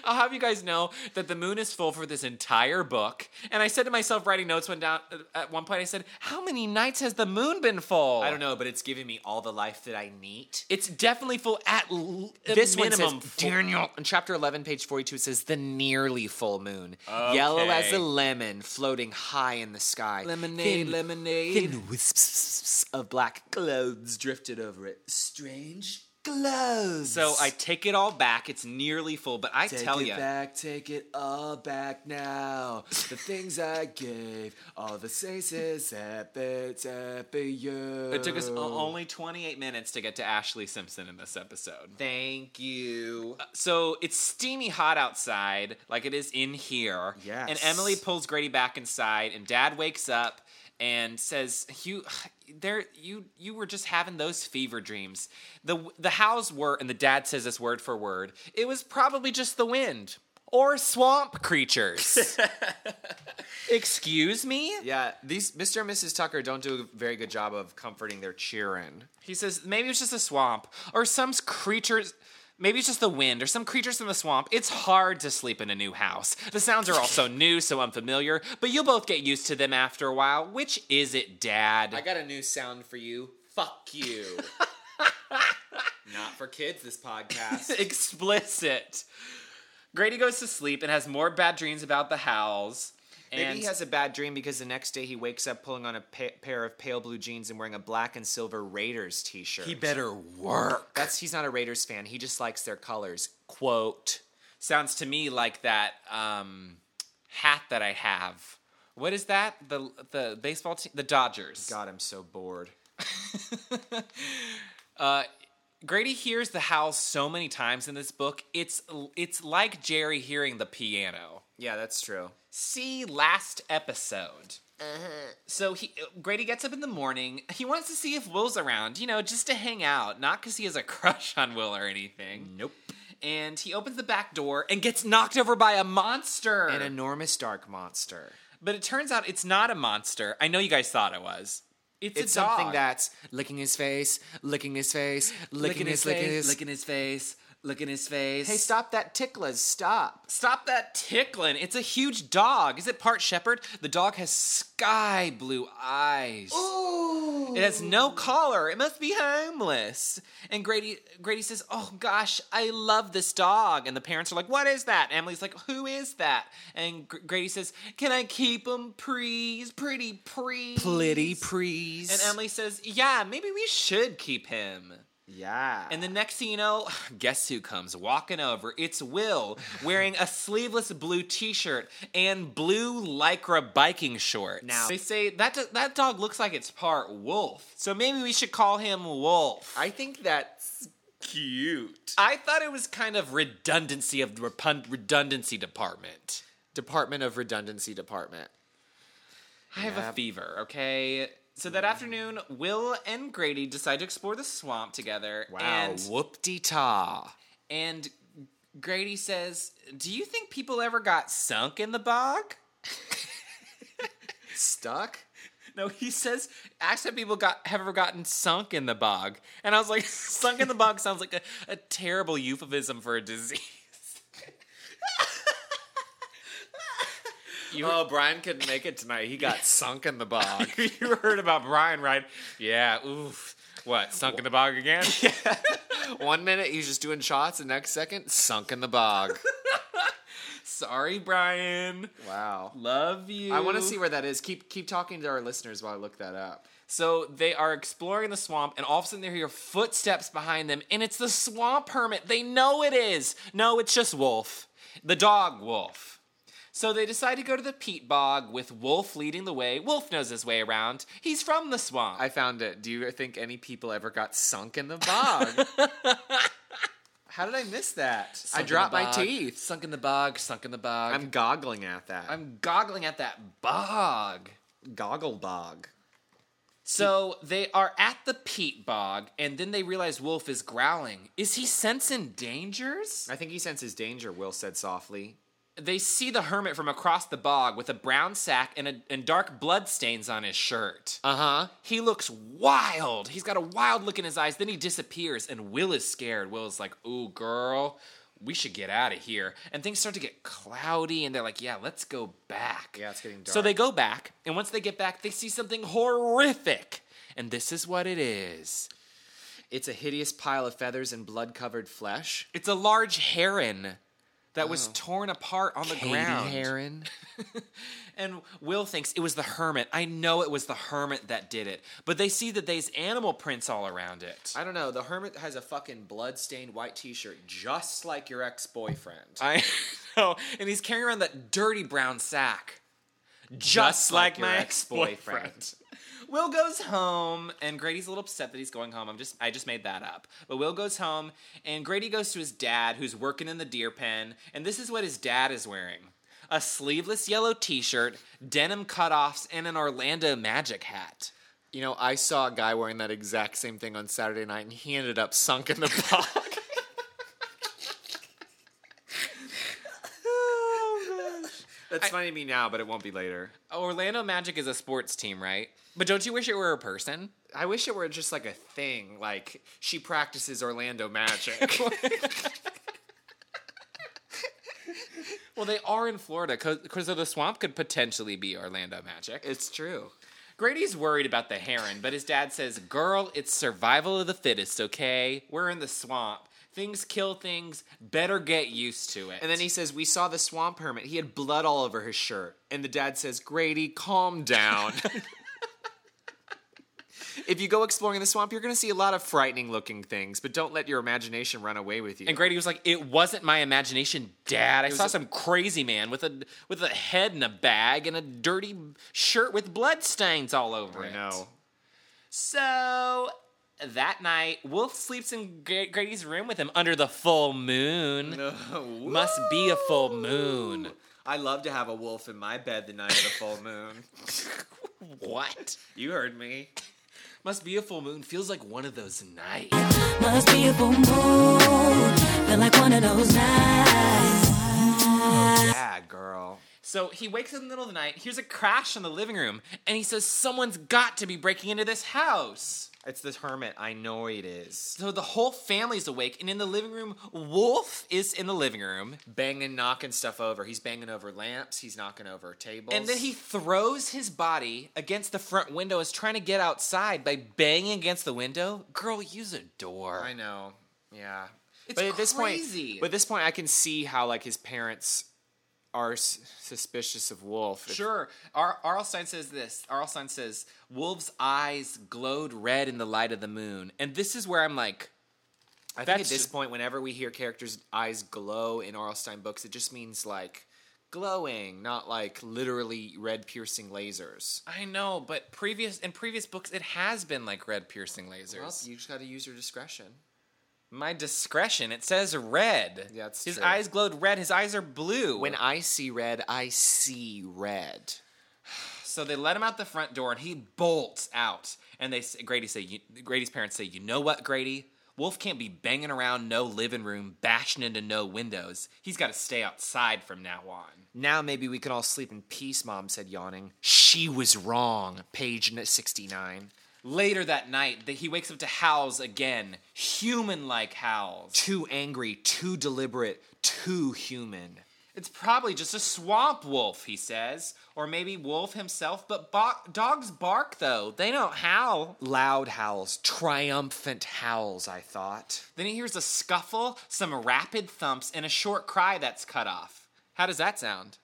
Speaker 5: I'll have you guys know that the moon is full for this entire book. And I said to myself, writing notes one down at one point, I said, "How many nights has the moon been full?"
Speaker 1: I don't know, but it's giving me all the life that I need.
Speaker 5: It's definitely full at l- at
Speaker 1: This
Speaker 5: minimum.
Speaker 1: one says,
Speaker 5: full.
Speaker 1: Daniel, in chapter 11, page 42, it says, the nearly full moon. Yellow as
Speaker 5: Okay.
Speaker 1: a lemon, floating high in the sky.
Speaker 5: Lemonade,
Speaker 1: Thin-
Speaker 5: lemonade.
Speaker 1: Thin wisps of black clouds drifted over it. Strange clouds.
Speaker 5: So I take it all back. It's nearly full, but I
Speaker 1: Take
Speaker 5: tell
Speaker 1: it
Speaker 5: you,
Speaker 1: back, take it all back now. The things I gave, all the senses that it's for you.
Speaker 5: it took us o- only 28 minutes to get to Ashley Simpson in this episode.
Speaker 1: Thank you.
Speaker 5: So it's steamy hot outside, like it is in here.
Speaker 1: Yes.
Speaker 5: And Emily pulls Grady back inside, and Dad wakes up and says, "You, there, you, you were just having those fever dreams. The the hows were, and the Dad says this word for word. It was probably just the wind or swamp creatures. Excuse me."
Speaker 1: Yeah, these Mr. and Mrs. Tucker don't do a very good job of comforting their cheering.
Speaker 5: He says, maybe it was just a swamp or some creatures. Maybe it's just the wind or some creatures from the swamp. It's hard to sleep in a new house. The sounds are all so new, so unfamiliar, but you'll both get used to them after a while. Which is it, Dad?
Speaker 1: I got a new sound for you. Fuck you. Not for kids, this podcast.
Speaker 5: explicit. Grady goes to sleep and has more bad dreams about the howls. And
Speaker 1: Maybe he has a bad dream because the next day he wakes up pulling on a pa- pair of pale blue jeans and wearing a black and silver Raiders t-shirt.
Speaker 6: He better work.
Speaker 1: That's he's not a Raiders fan. He just likes their colors. Quote.
Speaker 5: sounds to me like that um, hat that I have. What is that? The the baseball team, the Dodgers.
Speaker 1: God, I'm so bored.
Speaker 5: Grady hears the howls so many times in this book. It's it's like Jerry hearing the piano.
Speaker 1: Yeah, that's true.
Speaker 5: See last episode. So he Grady gets up in the morning. He wants to see if Will's around, you know, just to hang out, not because he has a crush on Will or anything.
Speaker 1: Nope.
Speaker 5: And he opens the back door and gets knocked over by a monster.
Speaker 1: An enormous dark monster.
Speaker 5: but it turns out it's not a monster. I know you guys thought it was. It's,
Speaker 1: It's
Speaker 5: a dog.
Speaker 1: something that's licking his face, licking his face, licking, his, licking his.
Speaker 5: licking his face, licking his face.
Speaker 1: Hey, stop that ticklas! Stop.
Speaker 5: Stop that tickling. It's a huge dog. Is it part shepherd? The dog has sky blue eyes. It has no collar. It must be homeless. And Grady Grady says, "Oh gosh, I love this dog." And the parents are like, "What is that?" Emily's like, "Who is that?" And Gr- Grady says, "Can I keep him, please? Pretty please."
Speaker 6: Plitty prees.
Speaker 5: And Emily says, "Yeah, maybe we should keep him."
Speaker 1: Yeah.
Speaker 5: And the next thing you know, guess who comes walking over? It's Will wearing a sleeveless blue T-shirt and blue lycra biking shorts.
Speaker 1: Now-
Speaker 5: they say that do- that dog looks like it's part wolf, so maybe we should call him Wolf.
Speaker 1: I think that's cute.
Speaker 5: I thought it was kind of redundancy of the repun- redundancy department.
Speaker 1: Department of Redundancy Department.
Speaker 5: I have a fever, okay? So that afternoon, Will and Grady decide to explore the swamp together. And
Speaker 1: whoop de ta.
Speaker 5: And Grady says, Do you think people ever got sunk in the bog?
Speaker 1: Stuck?
Speaker 5: No, he says, ask if people got have ever gotten sunk in the bog. And I was like, sunk in the bog sounds like a, a terrible euphemism for a disease.
Speaker 1: oh, Brian couldn't make it tonight. He got sunk in the bog.
Speaker 5: you heard about Brian, right? Yeah, oof. What, sunk in the bog again?
Speaker 1: One minute he's just doing shots, the next second, sunk in the bog.
Speaker 5: Sorry, Brian.
Speaker 1: Wow.
Speaker 5: Love you.
Speaker 1: I want to see where that is. Keep keep talking to our listeners while I look that up.
Speaker 5: So they are exploring the swamp, and all of a sudden they hear footsteps behind them, and it's the swamp hermit. They know it is. No, it's just Wolf, the dog Wolf. So they decide to go to the peat bog with Wolf leading the way. Wolf knows his way around. He's from the swamp.
Speaker 1: I found it. Do you think any people ever got sunk in the bog? How did I miss that? I dropped my teeth.
Speaker 5: Sunk in the bog. Sunk in the bog.
Speaker 1: I'm goggling at that.
Speaker 5: I'm goggling at that bog.
Speaker 1: goggle bog.
Speaker 5: So they are at the peat bog, and then they realize Wolf is growling. Is he sensing dangers?
Speaker 1: I think he senses danger, Will said softly.
Speaker 5: They see the hermit from across the bog with a brown sack and, a, and dark blood stains on his shirt.
Speaker 1: Uh huh.
Speaker 5: He looks wild. He's got a wild look in his eyes. Then he disappears, and Will is scared. Will is like, Ooh, girl, we should get out of here. And things start to get cloudy, and they're like, Yeah, let's go back.
Speaker 1: Yeah, it's getting dark.
Speaker 5: So they go back, and once they get back, they see something horrific. And this is what it is
Speaker 1: It's a hideous pile of feathers and blood covered flesh.
Speaker 5: it's a large heron that was torn apart on the ground.
Speaker 1: Oh. Heron.
Speaker 5: And Will thinks it was the hermit. I know it was the hermit that did it, but they see that there's animal prints all around it.
Speaker 1: I don't know. The hermit has a fucking blood stained white t shirt just like your ex boyfriend.
Speaker 5: I know, and he's carrying around that dirty brown sack, just, like,
Speaker 1: your
Speaker 5: my
Speaker 1: ex-boyfriend.
Speaker 5: ex-boyfriend. Will goes home, and Grady's a little upset that he's going home. I'm just, I just made that up. But Will goes home, and Grady goes to his dad, who's working in the deer pen, and this is what his dad is wearing: a sleeveless yellow T-shirt, denim cutoffs, and an Orlando Magic hat.
Speaker 1: You know, I saw a guy wearing that exact same thing on Saturday night and he ended up sunk in the bog. That's funny to me now, but it won't be later.
Speaker 5: Oh, Orlando Magic is a sports team, right? But don't you wish it were a person?
Speaker 1: I wish it were just like a thing. Like she practices Orlando Magic.
Speaker 5: Well, they are in Florida because the swamp could potentially be Orlando Magic.
Speaker 1: it's true.
Speaker 5: Grady's worried about the heron, but his dad says, Girl, it's survival of the fittest, okay? We're in the swamp. Things kill things. Better get used to it.
Speaker 1: And then he says, "We saw the swamp hermit. He had blood all over his shirt." And the dad says, "Grady, calm down." if you go exploring the swamp, you're going to see a lot of frightening-looking things, but don't let your imagination run away with you.
Speaker 5: And Grady was like, "It wasn't my imagination, Dad. I saw
Speaker 1: a-
Speaker 5: some crazy man with a with a head in a bag and a dirty shirt with blood stains all over it."
Speaker 1: no.
Speaker 5: So that night, Wolf sleeps in Gra- Grady's room with him under the full moon. Must be a full moon.
Speaker 1: I love to have a wolf in my bed the night of the full moon.
Speaker 5: What?
Speaker 1: You heard me.
Speaker 5: Must be a full moon. Feels like one of those nights.
Speaker 7: Must be a full moon. Feel like one of those nights.
Speaker 1: Yeah, girl.
Speaker 5: So he wakes up in the middle of the night, hears a crash in the living room, and he says, Someone's got to be breaking into this house.
Speaker 1: It's the hermit. I know it is.
Speaker 5: So the whole family's awake, and in the living room, Wolf is in the living room,
Speaker 1: Banging, knocking stuff over. He's banging over lamps. He's knocking over tables.
Speaker 5: and then he throws his body against the front window, is trying to get outside by banging against the window. Girl, use a door.
Speaker 1: I know. Yeah.
Speaker 5: It's
Speaker 1: but at this
Speaker 5: crazy.
Speaker 1: point, but at this point, I can see how like his parents are s- suspicious of Wolf. It's-
Speaker 5: Sure. Ar- Arlstein says this. Arlstein says, Wolf's eyes glowed red in the light of the moon. And this is where I'm like,
Speaker 1: I think
Speaker 5: That's
Speaker 1: at this
Speaker 5: ju-
Speaker 1: point, whenever we hear characters' eyes glow in Arlstein books, it just means like glowing, not like literally red piercing lasers.
Speaker 5: I know, but previous in previous books, it has been like red piercing lasers.
Speaker 1: Well, you just got to use your discretion.
Speaker 5: My discretion. It says red.
Speaker 1: Yeah, it's
Speaker 5: his
Speaker 1: true.
Speaker 5: eyes glowed red. His eyes are blue.
Speaker 1: When I see red, I see red.
Speaker 5: so they let him out the front door, and he bolts out. And they s- Grady say, you, Grady's parents say, you know what, Grady? Wolf can't be banging around no living room, bashing into no windows. He's got to stay outside from now on.
Speaker 1: Now maybe we can all sleep in peace, Mom said, yawning. She was wrong. Page 69.
Speaker 5: Later that night, that he wakes up to howls again, human-like howls.
Speaker 1: Too angry, too deliberate, too human.
Speaker 5: It's probably just a swamp wolf, he says, or maybe wolf himself. But bo- dogs bark though; they don't howl.
Speaker 1: Loud howls, triumphant howls, I thought.
Speaker 5: Then he hears a scuffle, some rapid thumps, and a short cry that's cut off. How does that sound?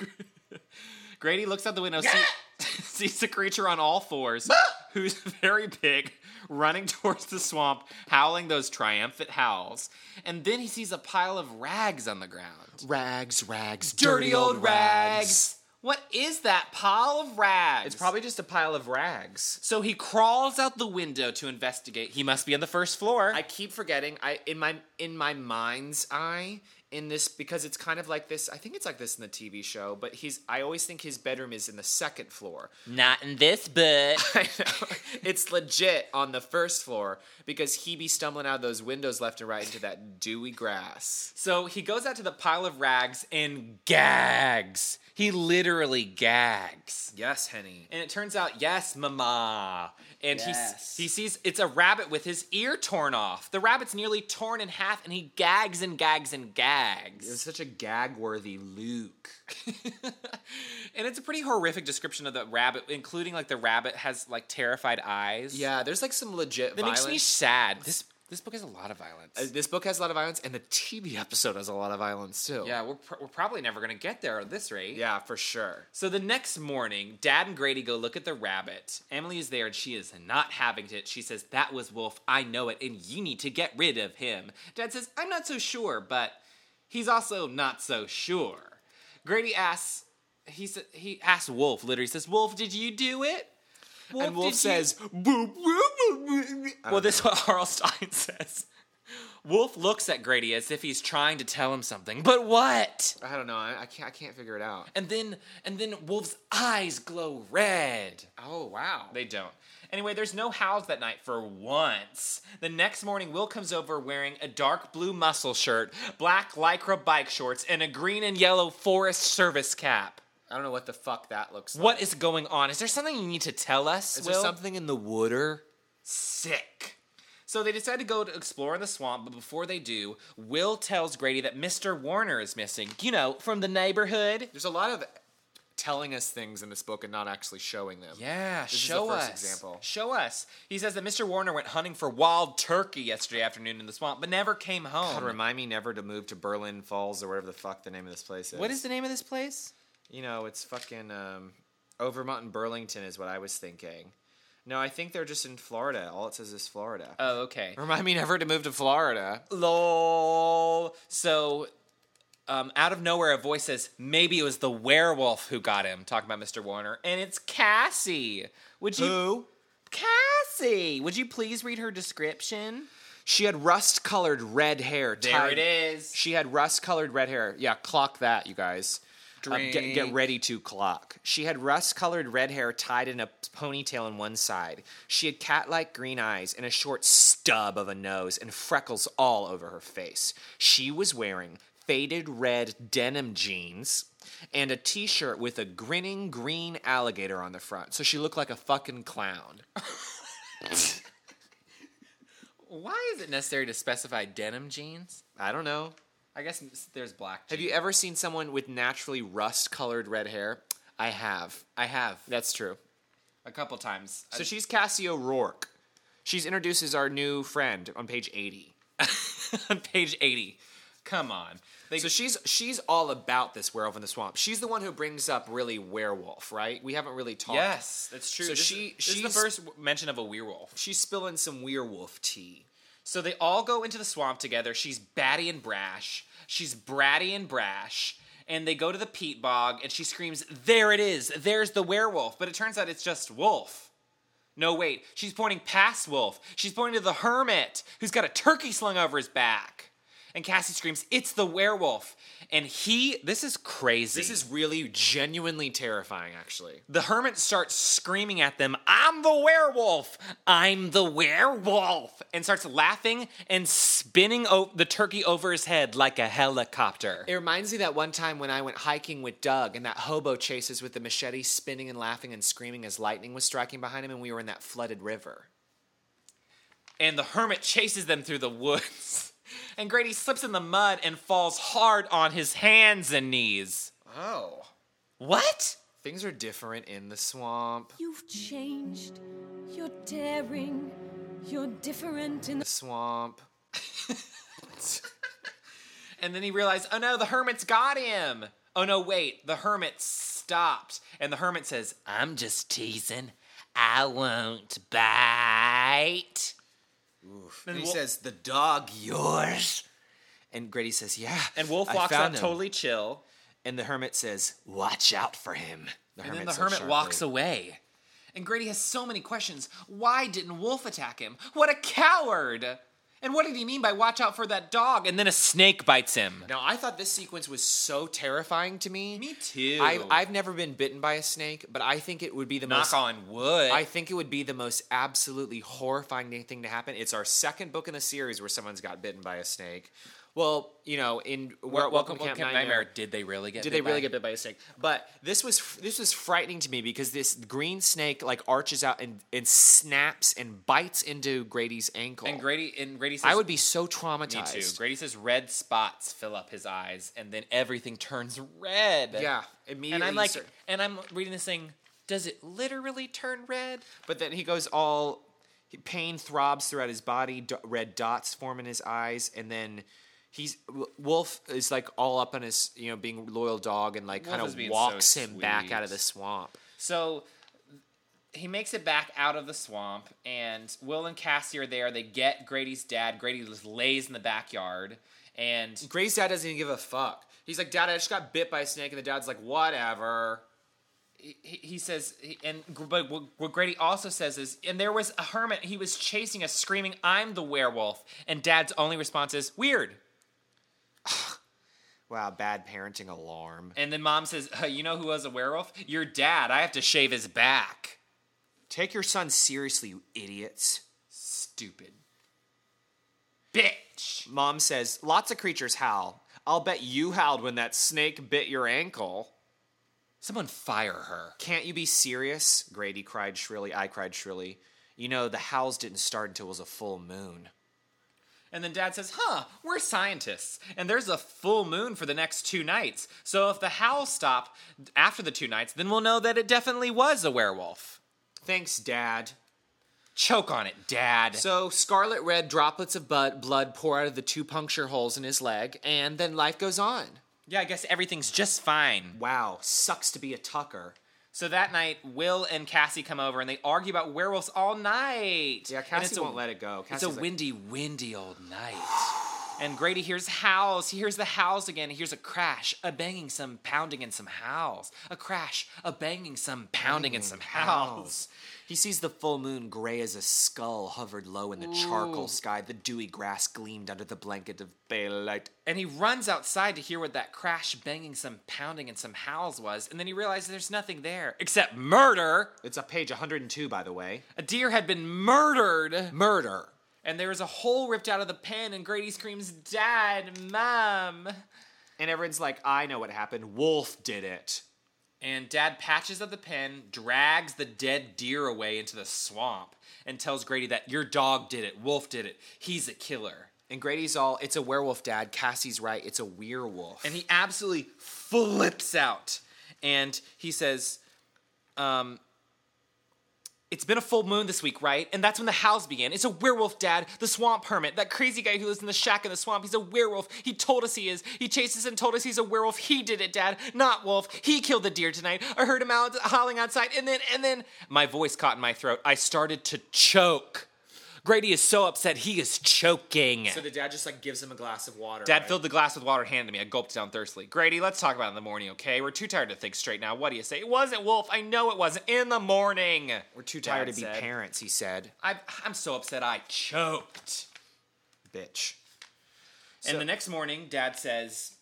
Speaker 5: Yeah! Grady looks out the window, see, sees a creature on all fours, who's very big, running towards the swamp, howling those triumphant howls. And then he sees a pile of rags on the ground.
Speaker 1: Rags, rags,
Speaker 5: Dirty, old rags. What is that pile of rags?
Speaker 1: It's probably just a pile of rags.
Speaker 5: So he crawls out the window to investigate. He must be on the first floor.
Speaker 1: I keep forgetting. I in my in my mind's eye in this because it's kind of like this. I think it's like this in the TV show, but he's I always think his bedroom is in the second floor.
Speaker 5: Not in this book.
Speaker 1: I know. It's legit on the first floor because he be stumbling out of those windows left and right into that dewy grass.
Speaker 5: So he goes out to the pile of rags and gags. He literally gags.
Speaker 1: Yes, Henny.
Speaker 5: And it turns out, yes, mama. And he
Speaker 1: Yes.
Speaker 5: s he sees it's a rabbit with his ear torn off. The rabbit's nearly torn in half and he gags and gags and gags.
Speaker 1: It was such a gag worthy Luke.
Speaker 5: and it's a pretty horrific description of the rabbit, including like the rabbit has like terrified eyes.
Speaker 1: Yeah, there's like some legit
Speaker 5: That
Speaker 1: violence.
Speaker 5: makes me sad. This this book has a lot of violence.
Speaker 1: Uh, this book has a lot of violence, and the TV episode has a lot of violence too.
Speaker 5: yeah, we're, pr- we're probably never going to get there at this rate.
Speaker 1: yeah, for sure.
Speaker 5: So the next morning, Dad and Grady go look at the rabbit. Emily is there and she is not having it. She says, That was Wolf. I know it. And you need to get rid of him. Dad says, I'm not so sure, but he's also not so sure. Grady asks, he, sa- he asks Wolf, literally says, Wolf, did you do it?
Speaker 1: and Wolf
Speaker 5: did you-"
Speaker 1: says, boop, boop, boop, boop.
Speaker 5: Well, this is what Harl Stein says. Wolf looks at Grady as if he's trying to tell him something, but what?
Speaker 1: I don't know. I, I can't. I can't figure it out.
Speaker 5: And then and then Wolf's eyes glow red.
Speaker 1: Oh wow.
Speaker 5: Ah, They don't. Anyway, there's no howls that night for once. The next morning, Will comes over wearing a dark blue muscle shirt, black lycra bike shorts, and a green and yellow Forest Service cap.
Speaker 1: I don't know what the fuck that looks like.
Speaker 5: What is going on? Is there something you need to tell us?
Speaker 6: Is
Speaker 5: Will?
Speaker 6: there something in the water?
Speaker 5: sick. So they decide to go to explore in the swamp, but before they do, Will tells Grady that Mr. Warner is missing. You know, from the neighborhood.
Speaker 1: There's a lot of telling us things in this book and not actually showing them.
Speaker 5: Yeah,
Speaker 1: is
Speaker 5: show
Speaker 1: the first
Speaker 5: us.
Speaker 1: example.
Speaker 5: Show us. He says that Mr. Warner went hunting for wild turkey yesterday afternoon in the swamp, but never came home.
Speaker 1: God, remind me never to move to Berlin Falls or whatever the fuck the name of this place is.
Speaker 5: what is the name of this place?
Speaker 1: You know, it's fucking um, Overmont and Burlington is what I was thinking. No, I think they're just in Florida. All it says is Florida.
Speaker 5: Oh, okay.
Speaker 1: Remind me never to move to Florida.
Speaker 5: Lol. So, um, out of nowhere, a voice says, "Maybe it was the werewolf who got him." Talking about Mr. Warner, and it's Cassie. Would you?
Speaker 1: Who?
Speaker 5: Cassie, would you please read her description?
Speaker 1: She had rust colored red hair. tied-
Speaker 5: is.
Speaker 1: She had rust colored red hair. Yeah, clock that, you guys. Um, get, get
Speaker 5: Drink.
Speaker 1: ready to clock. She had rust colored red hair tied in a ponytail on one side. She had cat like green eyes and a short stub of a nose and freckles all over her face. She was wearing faded red denim jeans and a t shirt with a grinning green alligator on the front. So she looked like a fucking clown.
Speaker 5: Why is it necessary to specify denim jeans?
Speaker 1: I don't know.
Speaker 5: I guess there's black.
Speaker 1: Have you ever seen someone with naturally rust colored red hair? I have.
Speaker 5: I have
Speaker 1: That's true.
Speaker 5: a couple times.
Speaker 1: So she's Cassie O'Rourke. She's introduces our new friend on page 80.
Speaker 5: on page eighty. Come on. They,
Speaker 1: So she's she's all about this werewolf in the swamp. She's the one who brings up really werewolf, right? We haven't really talked.
Speaker 5: yes, that's true.
Speaker 1: So
Speaker 5: This is-
Speaker 1: she-
Speaker 5: this is the
Speaker 1: she's-
Speaker 5: first mention of a werewolf.
Speaker 1: She's spilling some werewolf tea.
Speaker 5: So they all go into the swamp together. She's batty and brash. She's bratty and brash. And they go to the peat bog and she screams, There it is! There's the werewolf. But it turns out it's just Wolf. No, wait. She's pointing past Wolf. She's pointing to the hermit who's got a turkey slung over his back. And Cassie screams, It's the werewolf. And he, this is crazy.
Speaker 1: This is really genuinely terrifying, actually.
Speaker 5: The hermit starts screaming at them, I'm the werewolf! I'm the werewolf! And starts laughing and spinning o- the turkey over his head like a helicopter.
Speaker 1: It reminds me that one time when I went hiking with Doug and that hobo chases with the machete spinning and laughing and screaming as lightning was striking behind him and we were in that flooded river.
Speaker 5: And the hermit chases them through the woods. And Grady slips in the mud and falls hard on his hands and knees.
Speaker 1: Oh.
Speaker 5: What?
Speaker 1: Things are different in the swamp.
Speaker 7: You've changed. You're daring. You're different in
Speaker 1: The swamp.
Speaker 5: And then he realized, oh no, the hermit's got him. Oh no, wait, the hermit stopped. And the hermit says, I'm just teasing. I won't bite.
Speaker 6: And
Speaker 5: he
Speaker 6: he says, The dog yours? And Grady says, Yeah.
Speaker 5: And Wolf
Speaker 6: I
Speaker 5: walks out
Speaker 6: found him."
Speaker 5: totally chill.
Speaker 6: And the hermit says, Watch out for him. The
Speaker 5: And then
Speaker 6: hermit
Speaker 5: the
Speaker 6: says
Speaker 5: hermit
Speaker 6: sharply,
Speaker 5: walks away. And Grady has so many questions. Why didn't Wolf attack him? What a coward! And what did he mean by watch out for that dog? And then a snake bites him.
Speaker 1: Now, I thought this sequence was so terrifying to me.
Speaker 5: too.
Speaker 1: I've, I've never been bitten by a snake, but I think it would be the
Speaker 5: knock
Speaker 1: most.
Speaker 5: on wood.
Speaker 1: I think it would be the most absolutely horrifying thing to happen. It's our second book in the series where someone's got bitten by a snake. Well, you know, in Welcome, Welcome Camp, Nightmare.
Speaker 5: Did they really get?
Speaker 1: Did they really get bit by a snake? But this was this was frightening to me because this green snake like arches out and, and snaps and bites into Grady's ankle.
Speaker 5: And Grady and Grady says,
Speaker 1: I would be so
Speaker 5: Me
Speaker 1: traumatized.
Speaker 5: too. Grady says red spots fill up his eyes, and then everything turns red.
Speaker 1: Yeah,
Speaker 5: And
Speaker 1: immediately.
Speaker 5: I'm like,
Speaker 1: start-
Speaker 5: and I'm reading this thing. Does it literally turn red?
Speaker 1: But then he goes all pain throbs throughout his body, d- red dots form in his eyes, and then he's W- Wolf is like all up on his, you know, being loyal dog and like
Speaker 5: Wolf
Speaker 1: kind
Speaker 5: is
Speaker 1: of
Speaker 5: being so
Speaker 1: walks him back
Speaker 5: sweet.
Speaker 1: out of the swamp.
Speaker 5: So he makes it back out of the swamp, and Will and Cassie are there. They get Grady's dad. Grady just lays in the backyard, and
Speaker 1: Gray's dad doesn't even give a fuck. He's like, "Dad, I just got bit by a snake," and the dad's like, "Whatever."
Speaker 5: he, he says, he- and gr- but what what Grady also says is, and there was a hermit. He was chasing us, screaming, "I'm the werewolf!" And Dad's only response is, "Weird."
Speaker 6: Wow, bad parenting alarm.
Speaker 5: And then Mom says, uh, "You know who was a werewolf? Your dad. I have to shave his back."
Speaker 6: Take your son seriously, you idiots.
Speaker 5: Stupid bitch.
Speaker 6: Mom says, Lots of creatures howl. I'll bet you howled when that snake bit your ankle.
Speaker 5: Someone fire her.
Speaker 6: Can't you be serious? Grady cried shrilly. I cried shrilly. You know, the howls didn't start until it was a full moon.
Speaker 5: And then dad says, Huh, we're scientists, and there's a full moon for the next two nights. So if the howls stop after the two nights, then we'll know that it definitely was a werewolf.
Speaker 6: Thanks, Dad.
Speaker 5: Choke on it, dad.
Speaker 1: So, scarlet red droplets of bud- blood pour out of the two puncture holes in his leg, and then life goes on.
Speaker 5: yeah, I guess everything's just fine.
Speaker 6: Wow, sucks to be a Tucker.
Speaker 5: So that night, Will and Cassie come over and they argue about werewolves all night.
Speaker 6: Yeah,
Speaker 5: And it's
Speaker 6: Cassie
Speaker 5: a-
Speaker 6: won't let it go.
Speaker 5: It's
Speaker 6: Cassie's
Speaker 5: a
Speaker 6: like,
Speaker 5: windy, windy old night. And Grady hears howls. He hears the howls again. He hears a crash, a banging, some pounding, and some howls. A crash, a banging, some pounding, and some howls.
Speaker 6: He sees the full moon gray as a skull hovered low in the charcoal sky. The dewy grass gleamed under the blanket of daylight.
Speaker 5: And he runs outside to hear what that crash, banging, some pounding, and some howls was. And then he realizes there's nothing there except murder.
Speaker 6: It's on page 102, by the way.
Speaker 5: A deer had been murdered.
Speaker 6: Murder.
Speaker 5: And there was a hole ripped out of the pen, and Grady screams, Dad, Mom.
Speaker 6: And everyone's like, I know what happened. Wolf did it.
Speaker 5: And Dad patches up the pen, drags the dead deer away into the swamp, and tells Grady that your dog did it, Wolf did it, he's a killer.
Speaker 6: And Grady's all, it's a werewolf, Dad. Cassie's right, it's a werewolf.
Speaker 5: And he absolutely flips out. And he says, um, It's been a full moon this week, right? And that's when the howls began. It's a werewolf, Dad, the swamp hermit, that crazy guy who lives in the shack in the swamp. He's a werewolf. He told us he is. He chased us and told us he's a werewolf. He did it, Dad, not Wolf. He killed the deer tonight. I heard him out howling outside. And then, and then, my voice caught in my throat. I started to choke. Grady is so upset, he is choking.
Speaker 1: So the dad just like gives him a glass of water.
Speaker 5: Dad
Speaker 1: right?
Speaker 5: filled the glass with water and handed it to me. I gulped it down thirstily. Grady, let's talk about it in the morning, okay? We're too tired to think straight now. What do you say? It wasn't Wolf. I know it wasn't. In the morning.
Speaker 6: We're too tired
Speaker 5: Dad
Speaker 6: to be
Speaker 5: said.
Speaker 6: parents, he said.
Speaker 5: I, I'm so upset. I choked.
Speaker 6: Bitch.
Speaker 5: and the next morning, Dad says,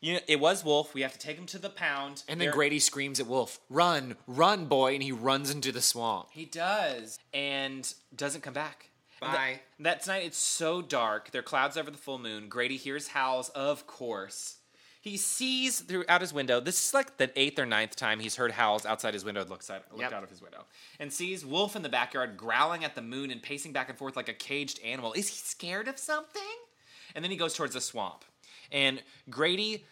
Speaker 5: "You know, it was Wolf. We have to take him to the pound."
Speaker 1: and then
Speaker 5: There-
Speaker 1: Grady screams at Wolf, Run, run, boy, and he runs into the swamp.
Speaker 5: He does, and doesn't come back. And
Speaker 6: Bye.
Speaker 5: That, that tonight it's so dark. There are clouds over the full moon. Grady hears howls, of course. He sees throughout his window. This is like the eighth or ninth time he's heard howls outside his window. Looks out, looked
Speaker 6: Yep.
Speaker 5: out of his window and sees Wolf in the backyard growling at the moon and pacing back and forth like a caged animal. Is he scared of something? And then he goes towards the swamp. And Grady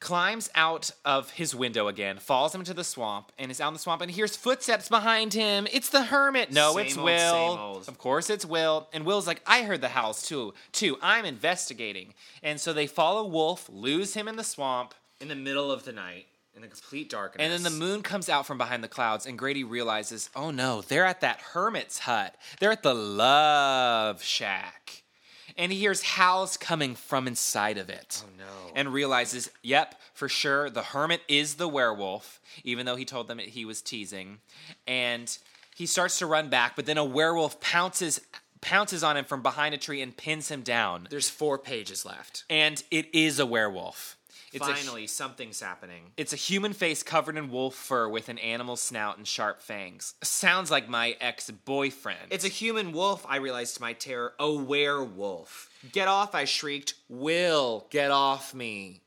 Speaker 5: climbs out of his window again, falls into the swamp, and is out in the swamp and hears footsteps behind him. It's the hermit. No,
Speaker 6: Same
Speaker 5: it's
Speaker 6: old,
Speaker 5: Will.
Speaker 6: same old.
Speaker 5: Of course, it's Will. And Will's like, I heard the howls too. Too. I'm investigating. And so they follow Wolf, lose him in the swamp,
Speaker 1: In the middle of the night, in the complete darkness.
Speaker 5: and then the moon comes out from behind the clouds, and Grady realizes, oh no, they're at that hermit's hut. They're at the love shack. And he hears howls coming from inside of it. Oh
Speaker 6: no.
Speaker 5: And realizes, yep, for sure, the hermit is the werewolf, even though he told them he was teasing. And he starts to run back, but then a werewolf pounces pounces on him from behind a tree and pins him down.
Speaker 1: there's four pages left.
Speaker 5: And it is a werewolf. It's a-
Speaker 6: Finally, something's happening.
Speaker 5: it's a human face covered in wolf fur with an animal snout and sharp fangs. Sounds like my ex boyfriend.
Speaker 6: It's a human wolf, I realized to my terror. A werewolf. Get off, I shrieked. Will, get off me.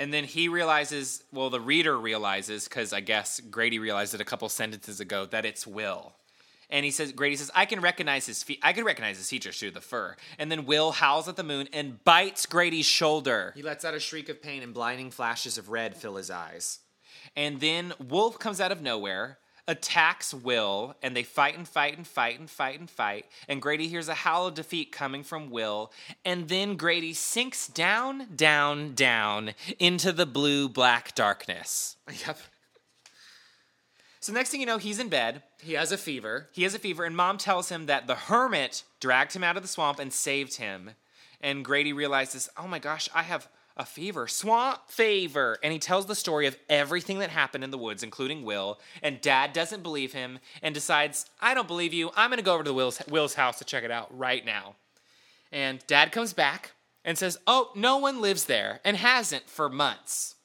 Speaker 5: and then he realizes, well, the reader realizes, because I guess Grady realized it a couple sentences ago, that it's Will. And he says, Grady says, I can recognize his feet. I can recognize his features through the fur. And then Will howls at the moon and bites Grady's shoulder.
Speaker 6: He lets out a shriek of pain and blinding flashes of red fill his eyes.
Speaker 5: And then Wolf comes out of nowhere, attacks Will, and they fight and fight and fight and fight and fight. And Grady hears a howl of defeat coming from Will. And then Grady sinks down, down, down into the blue black darkness.
Speaker 1: Yep.
Speaker 5: So, next thing you know, he's in bed.
Speaker 1: He has a fever.
Speaker 5: He has a fever, and mom tells him that the hermit dragged him out of the swamp and saved him. And Grady realizes, oh my gosh, I have
Speaker 1: a fever, swamp fever. And he tells the story of everything that happened in the woods, including Will. And Dad doesn't believe him and decides, I don't believe you. I'm going to go over to the Will's, Will's house to check it out right now. And Dad comes back and says, Oh, no one lives there and hasn't for months.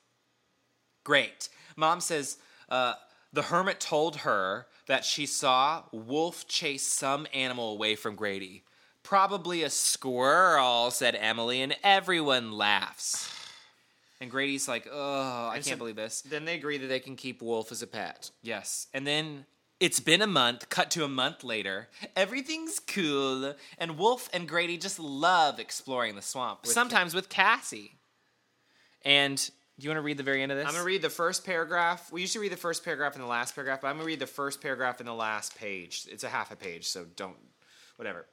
Speaker 1: Great. Mom says, uh, The hermit told her that she saw Wolf chase some animal away from Grady. Probably a squirrel, said Emily, and everyone laughs. And Grady's like, oh, I can't
Speaker 5: so-
Speaker 1: believe this. Then they agree that they can keep Wolf as a pet.
Speaker 5: Yes.
Speaker 1: And then it's been a month, cut to a month later. Everything's cool, and Wolf and Grady just love exploring the swamp, sometimes with Cassie. And do you want to read the very end of this?
Speaker 5: I'm gonna read the first paragraph. We usually read the first paragraph and the last paragraph, but I'm gonna read the first paragraph and the last page. It's a half a page, so don't, whatever.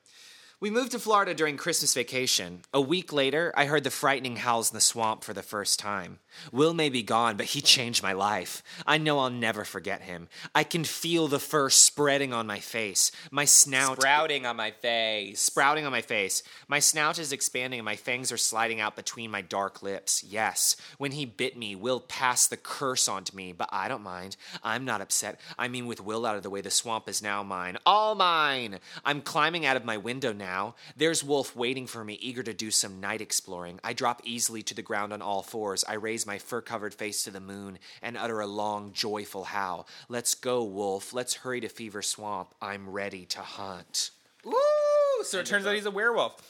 Speaker 1: We moved to Florida during Christmas vacation. A week later, I heard the frightening howls in the swamp for the first time. Will may be gone, but he changed my life. I know I'll never forget him. I can feel the fur spreading on my face, my snout
Speaker 5: Sprouting on my face.
Speaker 1: sprouting on my face. My snout is expanding and my fangs are sliding out between my dark lips. Yes, when he bit me, Will passed the curse onto me, but I don't mind. I'm not upset. I mean, with Will out of the way, the swamp is now mine. All mine! I'm climbing out of my window now. There's Wolf waiting for me, eager to do some night exploring. I drop easily to the ground on all fours. I raise my fur covered face to the moon and utter a long, joyful howl. Let's go, Wolf. Let's hurry to Fever Swamp. I'm ready to hunt.
Speaker 5: Ooh! So it turns out he's a werewolf.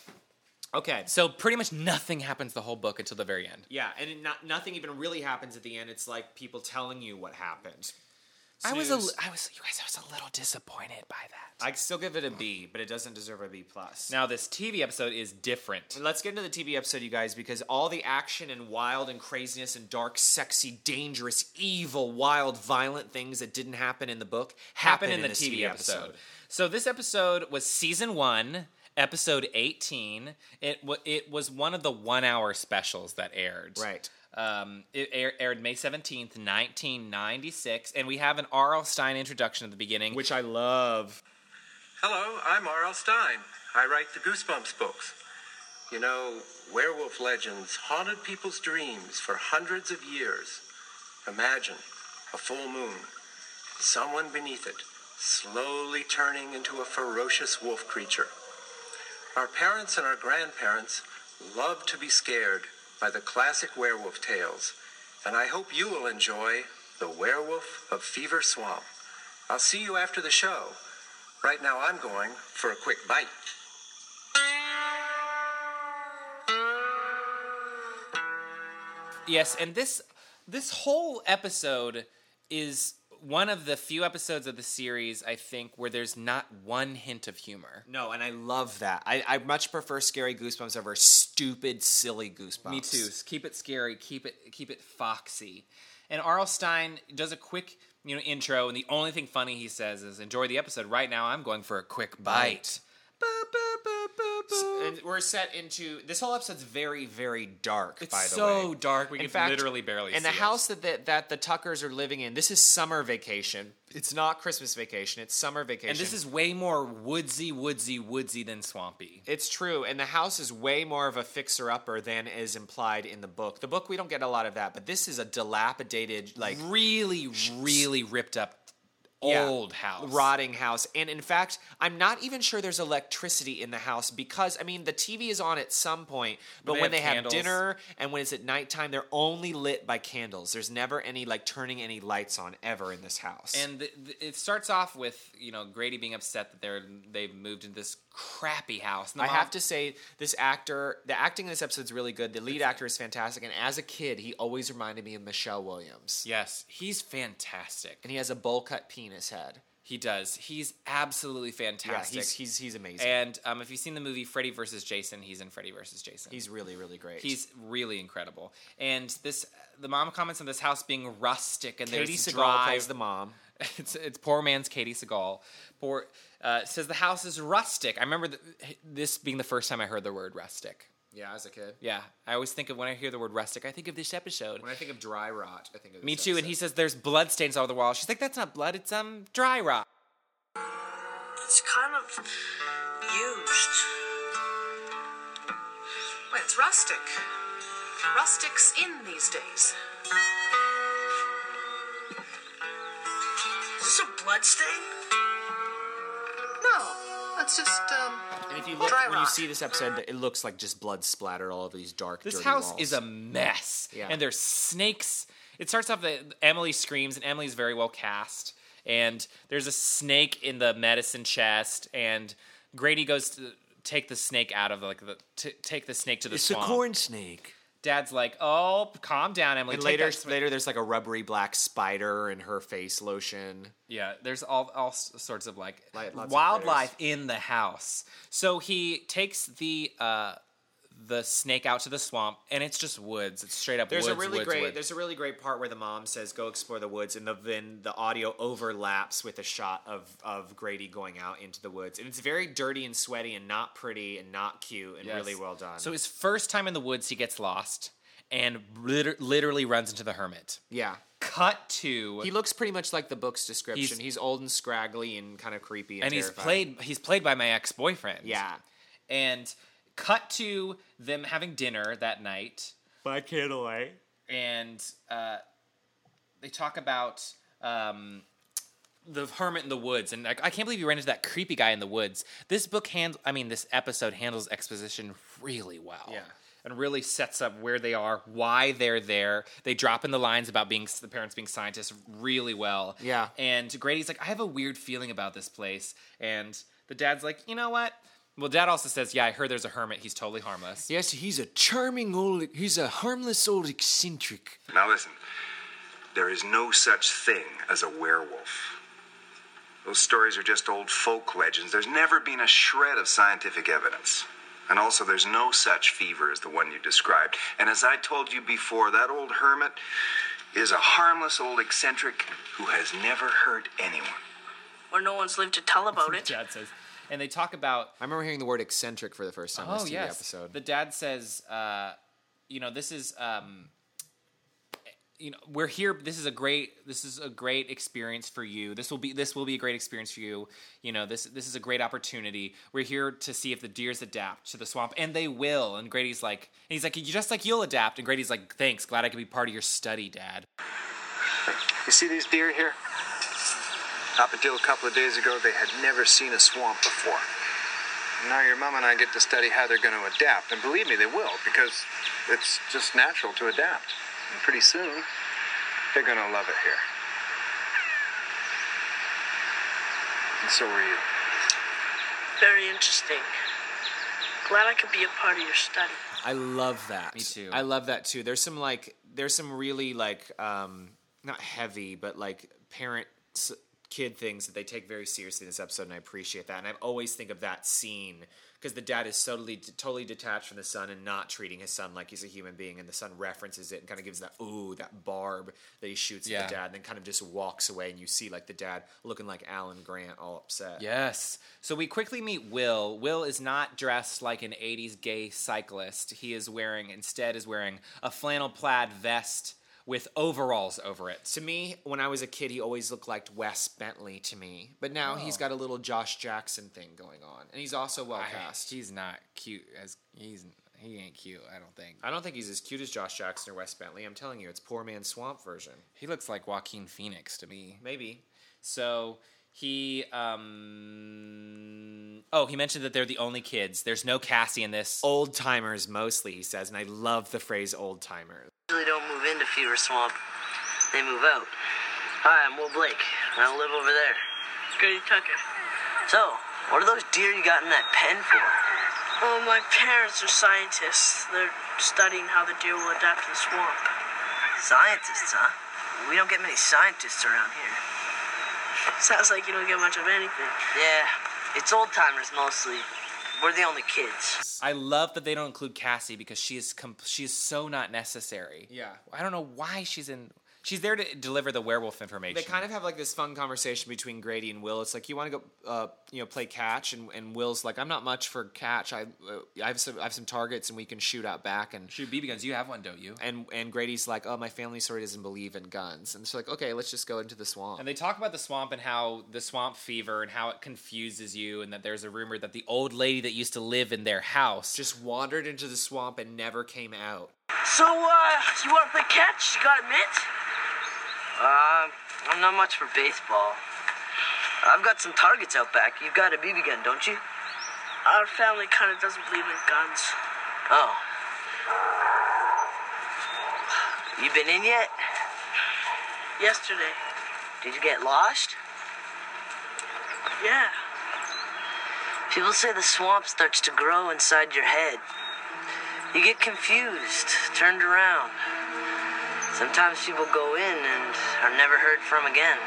Speaker 1: Okay.
Speaker 5: So pretty much nothing happens the whole book until the very end.
Speaker 1: Yeah, and it not, nothing even really happens at the end. It's like people telling you what happened.
Speaker 5: I was a,
Speaker 1: Snooze.
Speaker 5: I was, you guys, I was a little disappointed by that.
Speaker 1: I still give it a B, but it doesn't deserve a B plus.
Speaker 5: now this TV episode is different.
Speaker 1: let's get into the TV episode, you guys, because all the action and wild and craziness and dark, sexy, dangerous, evil, wild, violent things that didn't happen in the book happen,
Speaker 5: Happened in the
Speaker 1: this
Speaker 5: TV episode. So this episode was season one, episode eighteen. It wa it was one of the one hour specials that aired.
Speaker 1: Right.
Speaker 5: Um, it air- aired May seventeenth, nineteen ninety six, and we have an R.L. Stein introduction at the beginning,
Speaker 1: Which I love.
Speaker 3: Hello, I'm R.L. Stein. I write the Goosebumps books. You know, werewolf legends haunted people's dreams for hundreds of years. Imagine a full moon, someone beneath it, slowly turning into a ferocious wolf creature. Our parents and our grandparents loved to be scared by the classic werewolf tales, and I hope you will enjoy The Werewolf of Fever Swamp. I'll see you after the show. Right now, I'm going for a quick bite.
Speaker 5: Yes, and this this whole episode is one of the few episodes of the series I think where there's not one hint of humor.
Speaker 1: No, and I love that. I, I much prefer Scary Goosebumps over stupid, silly Goosebumps.
Speaker 5: Me too. Keep it scary. Keep it keep it foxy. And Arl Stein does a quick you know intro, and the only thing funny he says is, "Enjoy the episode." Right now, I'm going for a quick bite. Boop, boop, boop, boop, boop.
Speaker 1: and we're set into this whole episode's very very dark
Speaker 5: It's
Speaker 1: by the
Speaker 5: so
Speaker 1: way
Speaker 5: dark, we can literally barely
Speaker 1: and
Speaker 5: see
Speaker 1: the
Speaker 5: it.
Speaker 1: house that the, that the tuckers are living in this is summer vacation it's not christmas vacation it's summer vacation
Speaker 5: And this is way more woodsy, woodsy, woodsy than swampy.
Speaker 1: it's true and the house is way more of a fixer upper than is implied in the book the book we don't get a lot of that but this is a dilapidated like
Speaker 5: Really, really ripped up
Speaker 1: Yeah.
Speaker 5: old house.
Speaker 1: rotting house and in fact i'm not even sure there's electricity in the house because i mean the tv is on at some point but
Speaker 5: they
Speaker 1: when
Speaker 5: have
Speaker 1: they have
Speaker 5: candles.
Speaker 1: dinner and when it's at nighttime they're only lit by candles there's never any like turning any lights on ever in this house
Speaker 5: And the, the, it starts off with you know Grady being upset that they're they've moved into this crappy house. And the
Speaker 1: I
Speaker 5: mom-
Speaker 1: have to say, this actor, the acting in this episode is really good. The lead actor is fantastic. And as a kid, he always reminded me of Michelle Williams.
Speaker 5: Yes, he's fantastic.
Speaker 1: And he has a bowl cut penis head.
Speaker 5: He does. He's absolutely
Speaker 1: Yeah,
Speaker 5: fantastic.
Speaker 1: he's, he's, he's amazing.
Speaker 5: and um, if you've seen the movie Freddy versus Jason, he's in Freddy versus Jason.
Speaker 1: he's really, really great.
Speaker 5: he's really incredible. And this, the mom comments on this house being rustic and
Speaker 1: Katie
Speaker 5: there's
Speaker 1: Seagal
Speaker 5: dry-
Speaker 1: plays the mom.
Speaker 5: it's it's poor man's Katie Seagal. Poor uh, says the house is rustic. I remember th- this being the first time I heard the word rustic.
Speaker 1: Yeah, as a kid.
Speaker 5: Yeah, I always think of when I hear the word rustic, I think of this episode.
Speaker 1: When I think of dry rot, I think of
Speaker 5: Me too. And he says there's blood stains all over the wall. She's like, that's not blood. It's um dry rot.
Speaker 2: It's kind of used. Well, it's rustic.
Speaker 8: rustics in these days?
Speaker 2: Is this a blood stain?
Speaker 8: No, that's just um.
Speaker 1: And if you look
Speaker 8: Dry
Speaker 1: when you
Speaker 8: rock.
Speaker 1: see this episode, it looks like just blood splattered all over these dark.
Speaker 5: This
Speaker 1: dirty
Speaker 5: house
Speaker 1: walls.
Speaker 5: is a mess.
Speaker 1: Yeah.
Speaker 5: And there's snakes. It starts off that Emily screams, and Emily's very well cast. And there's a snake in the medicine chest, and Grady goes to take the snake out of like the t- take the snake to the
Speaker 6: It's a
Speaker 5: swamp.
Speaker 6: corn snake.
Speaker 5: Dad's like, "Oh, calm down, Emily."
Speaker 1: And
Speaker 5: Take
Speaker 1: later,
Speaker 5: that sw-"
Speaker 1: later, there's like a rubbery black spider in her face lotion.
Speaker 5: yeah, there's all all s- sorts of like
Speaker 1: Li- lots of
Speaker 5: wildlife in the house. So he takes the uh the snake out to the swamp, and it's just woods. It's straight up.
Speaker 1: There's
Speaker 5: woods,
Speaker 1: a really
Speaker 5: woods,
Speaker 1: great
Speaker 5: woods.
Speaker 1: there's a really great part where the mom says go explore the woods and the, then the audio overlaps with a shot of of Grady going out into the woods and it's very dirty and sweaty and not pretty and not cute and
Speaker 5: Yes.
Speaker 1: really well done.
Speaker 5: So his first time in the woods, he gets lost and liter- literally runs into the hermit.
Speaker 1: yeah,
Speaker 5: Cut to
Speaker 1: he looks pretty much like the book's description. He's,
Speaker 5: He's-
Speaker 1: old and scraggly and kind of creepy and,
Speaker 5: and he's
Speaker 1: terrifying.
Speaker 5: played he's played by my ex boyfriend.
Speaker 1: yeah.
Speaker 5: and cut to them having dinner that night,
Speaker 1: By candlelight.
Speaker 5: and uh, they talk about. Um, the hermit in the woods, and like, I can't believe you ran into that creepy guy in the woods. This book hand, I mean, this episode handles exposition really well.
Speaker 1: Yeah.
Speaker 5: and really sets up where they are, why they're there. They drop in the lines about being the parents being scientists really well.
Speaker 1: Yeah.
Speaker 5: and Grady's like, I have a weird feeling about this place, and the dad's like, you know what? Well, dad also says, yeah, I heard there's a hermit. He's totally harmless.
Speaker 6: Yes, he's a charming old. He's a harmless old eccentric.
Speaker 9: Now listen, there is no such thing as a werewolf. Those stories are just old folk legends. There's never been a shred of scientific evidence. And also, there's no such fever as the one you described. And as I told you before, that old hermit is a harmless old eccentric who has never hurt anyone.
Speaker 8: Where no one's lived to tell about it.
Speaker 5: Dad says, and they talk about
Speaker 1: I remember hearing the word eccentric for the first time in this TV
Speaker 5: Oh, yes.
Speaker 1: episode.
Speaker 5: The dad says, uh, you know, this is um you know, we're here this is a great this is a great experience for you. This will be this will be a great experience for you. You know, this this is a great opportunity. We're here to see if the deers adapt to the swamp and they will. And Grady's like and he's like you just like you'll adapt and Grady's like thanks, glad I could be part of your study, dad.
Speaker 9: You see these deer here? Up until a couple of days ago, they had never seen a swamp before. Now your mom and I get to study how they're going to adapt. And believe me, they will, because it's just natural to adapt. And pretty soon, they're going to love it here. And so are you.
Speaker 2: Very interesting. Glad I could be a part of your study.
Speaker 1: I love that. Me
Speaker 5: too.
Speaker 1: I love that too. There's some like there's some really like um not heavy but like parent s- kid things that they take very seriously in this episode and I appreciate that. And I always think of that scene because the dad is totally totally detached from the son and not treating his son like he's a human being and the son references it and kind of gives that ooh that barb that he shoots at
Speaker 5: Yeah.
Speaker 1: the dad and then kind of just walks away and you see like the dad looking like Alan Grant all upset.
Speaker 5: Yes. So we quickly meet Will. Will is not dressed like an 80s gay cyclist. He is wearing instead is wearing a flannel plaid vest with overalls over it.
Speaker 1: To me, when I was a kid, he always looked like Wes Bentley to me. But now he's got a little Josh Jackson thing going on, and he's also well cast.
Speaker 5: He's not cute as he's he ain't cute, I don't think.
Speaker 1: I don't think he's as cute as Josh Jackson or Wes Bentley. I'm telling you, it's poor man swamp version.
Speaker 5: He looks like Joaquin Phoenix to me.
Speaker 1: Maybe.
Speaker 5: So he um oh, he mentioned that they're the only kids. There's no Cassie in this.
Speaker 1: Old timers mostly, he says, and I love the phrase old timers.
Speaker 10: usually don't move into Fever Swamp. They move out. Hi, I'm Will Blake. and I live over there.
Speaker 2: Grady Tucker.
Speaker 10: So, what are those deer you got in that pen for?
Speaker 2: Oh, my parents are scientists. They're studying how the deer will adapt to the swamp.
Speaker 10: Scientists, huh? We don't get many scientists around here.
Speaker 2: Sounds like you don't get much of anything.
Speaker 10: Yeah, it's old timers mostly. We're the only kids.
Speaker 5: I love that they don't include Cassie because she is com- she is so not necessary.
Speaker 1: Yeah.
Speaker 5: I don't know why she's in. She's there to deliver the werewolf information.
Speaker 1: They kind of have like this fun conversation between Grady and Will. It's like you want to go, uh, you know, play catch, and, and Will's like, "I'm not much for catch. I, uh, I have some, I have some targets, and we can shoot out back." And
Speaker 5: shoot BB guns. You have one, don't you?
Speaker 1: and and Grady's like, "Oh, my family sort of doesn't believe in guns," and she's like, "Okay, let's just go into the swamp."
Speaker 5: And they talk about the swamp and how the swamp fever and how it confuses you, and that there's a rumor that the old lady that used to live in their house
Speaker 1: just wandered into the swamp and never came out.
Speaker 10: So, uh, you want to play catch? You got a mitt? Uh, I'm not much for baseball. I've got some targets out back. You've got a BB gun, don't you?
Speaker 8: Our family kind of doesn't believe in guns.
Speaker 10: Oh. You been in yet?
Speaker 8: Yesterday,
Speaker 10: Did you get lost?
Speaker 8: yeah.
Speaker 10: People say the swamp starts to grow inside your head. You get confused, turned around. Sometimes people go in and are never heard from again.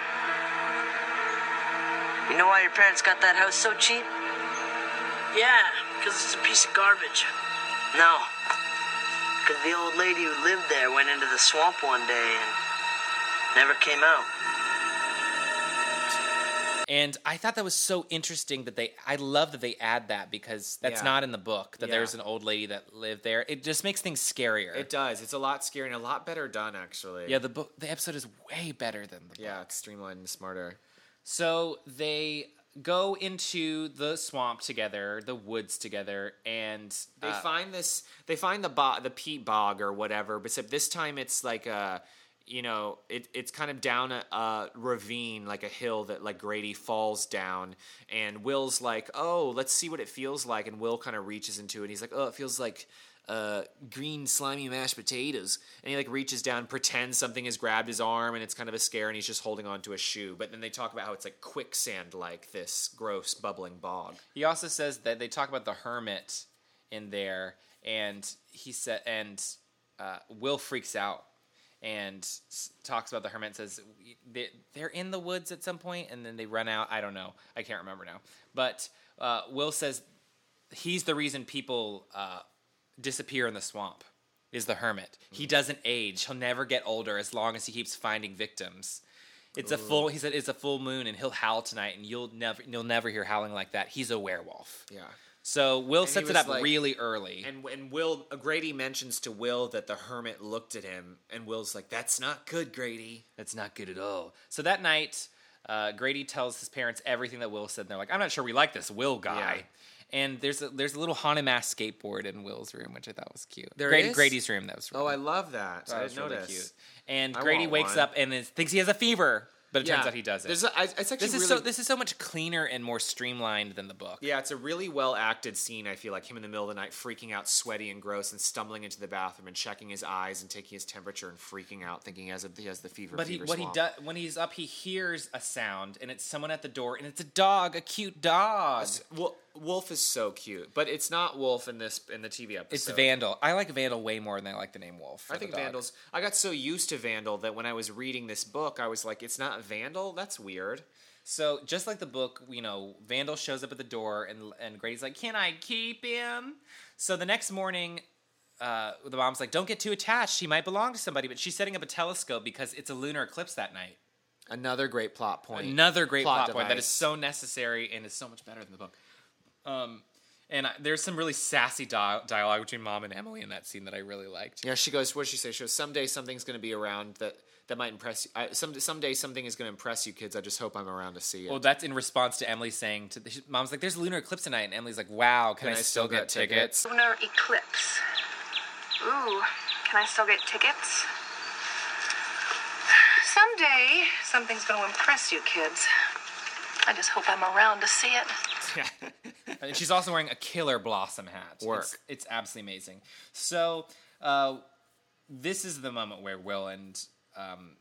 Speaker 10: You know why your parents got that house so cheap?
Speaker 8: Yeah, because it's a piece of garbage.
Speaker 10: No. Because the old lady who lived there went into the swamp one day and never came out.
Speaker 5: And I thought that was so interesting that they, I love that they add that because that's
Speaker 1: Yeah.
Speaker 5: not in the book, that
Speaker 1: Yeah.
Speaker 5: there's an old lady that lived there. It just makes things scarier.
Speaker 1: It does. It's a lot scarier and a lot better done, actually.
Speaker 5: yeah, the book, the episode is way better than the book.
Speaker 1: yeah, it's streamlined and smarter.
Speaker 5: So they go into the swamp together, the woods together, and
Speaker 1: They
Speaker 5: uh,
Speaker 1: find this. They find the bo- the peat bog or whatever, but except this time it's like a, you know, it, it's kind of down a, a ravine, like a hill that like Grady falls down, and Will's like, oh, let's see what it feels like, and Will kind of reaches into it. And he's like, oh, it feels like uh green slimy mashed potatoes and he like reaches down pretends something has grabbed his arm and it's kind of a scare and he's just holding on to a shoe but then they talk about how it's like quicksand like this gross bubbling bog
Speaker 5: he also says that they talk about the hermit in there, and he said, and uh, Will freaks out and s- talks about the hermit. And says "They- they're in the woods at some point, and then they run out. I don't know. I can't remember now. But uh, Will says he's the reason people uh, disappear in the swamp is the hermit. He doesn't age. He'll never get older as long as he keeps finding victims. It's a full. He said it's a full moon, and he'll howl tonight, and you'll never you'll never hear howling like that. He's a werewolf.
Speaker 1: yeah
Speaker 5: So Will
Speaker 1: he
Speaker 5: sets it
Speaker 1: was
Speaker 5: up
Speaker 1: like-
Speaker 5: really early.
Speaker 1: And and Will uh, Grady mentions to Will that the hermit looked at him, and Will's like, "That's not good, Grady."
Speaker 5: That's not good at all. So that night, uh, Grady tells his parents everything that Will said, and they're like, "I'm not sure we like this Will guy."
Speaker 1: Yeah.
Speaker 5: And there's a, there's a little haunted mask skateboard in Will's room, which I thought was cute.
Speaker 1: There
Speaker 5: Grady,
Speaker 1: is?
Speaker 5: Grady's room. That was
Speaker 1: Oh, I love that.
Speaker 5: that
Speaker 1: I
Speaker 5: was
Speaker 1: didn't notice.
Speaker 5: And
Speaker 1: I
Speaker 5: Grady
Speaker 1: want
Speaker 5: wakes
Speaker 1: one.
Speaker 5: up and is, thinks he has a fever, but it turns out he doesn't.
Speaker 1: There's a, I, it's actually
Speaker 5: this is so
Speaker 1: really-
Speaker 5: this is so much cleaner and more streamlined than the book.
Speaker 1: Yeah, it's a really well acted scene. I feel like him in the middle of the night, freaking out, sweaty and gross, and stumbling into the bathroom and checking his eyes and taking his temperature and freaking out, thinking he has a, he has the fever.
Speaker 5: But he,
Speaker 1: fever
Speaker 5: what he
Speaker 1: swamp.
Speaker 5: does when he's up, he hears a sound, and it's someone at the door, and it's a dog, a cute dog.
Speaker 1: Wo- Wolf is so cute, but it's not Wolf in this in the TV episode.
Speaker 5: It's Vandal. I like Vandal way more than I like the name Wolf. for
Speaker 1: I
Speaker 5: the
Speaker 1: think
Speaker 5: dog.
Speaker 1: Vandal's. I got so used to Vandal that when I was reading this book, I was like, "It's not Vandal. That's weird."
Speaker 5: So just like the book, you know, Vandal shows up at the door, and and Grady's like, "Can I keep him?" So the next morning. Uh, the mom's like, don't get too attached. He might belong to somebody, but she's setting up a telescope because it's a lunar eclipse that night.
Speaker 1: Another great plot point.
Speaker 5: Another great plot,
Speaker 1: Plot
Speaker 5: point that is
Speaker 1: device.
Speaker 5: so necessary and is so much better than the book. Um, and I, there's some really sassy dia- dialogue between mom and Emily in that scene that I really liked.
Speaker 1: Yeah, she goes. What did she say? She goes. Someday something's going to be around that that might impress you. I, some someday something is going to impress you, kids. I just hope I'm around to see it.
Speaker 5: Well, that's in response to Emily saying to the, mom's like, "There's a lunar eclipse tonight," and Emily's like, "Wow, can, I, still get tickets?"
Speaker 11: Lunar eclipse. Ooh, can I still get tickets? Someday, something's going to impress you kids. I just hope I'm around to see it.
Speaker 5: And she's also wearing a killer blossom hat.
Speaker 1: Work.
Speaker 5: It's, it's absolutely amazing. So, uh, this is the moment where Will and um,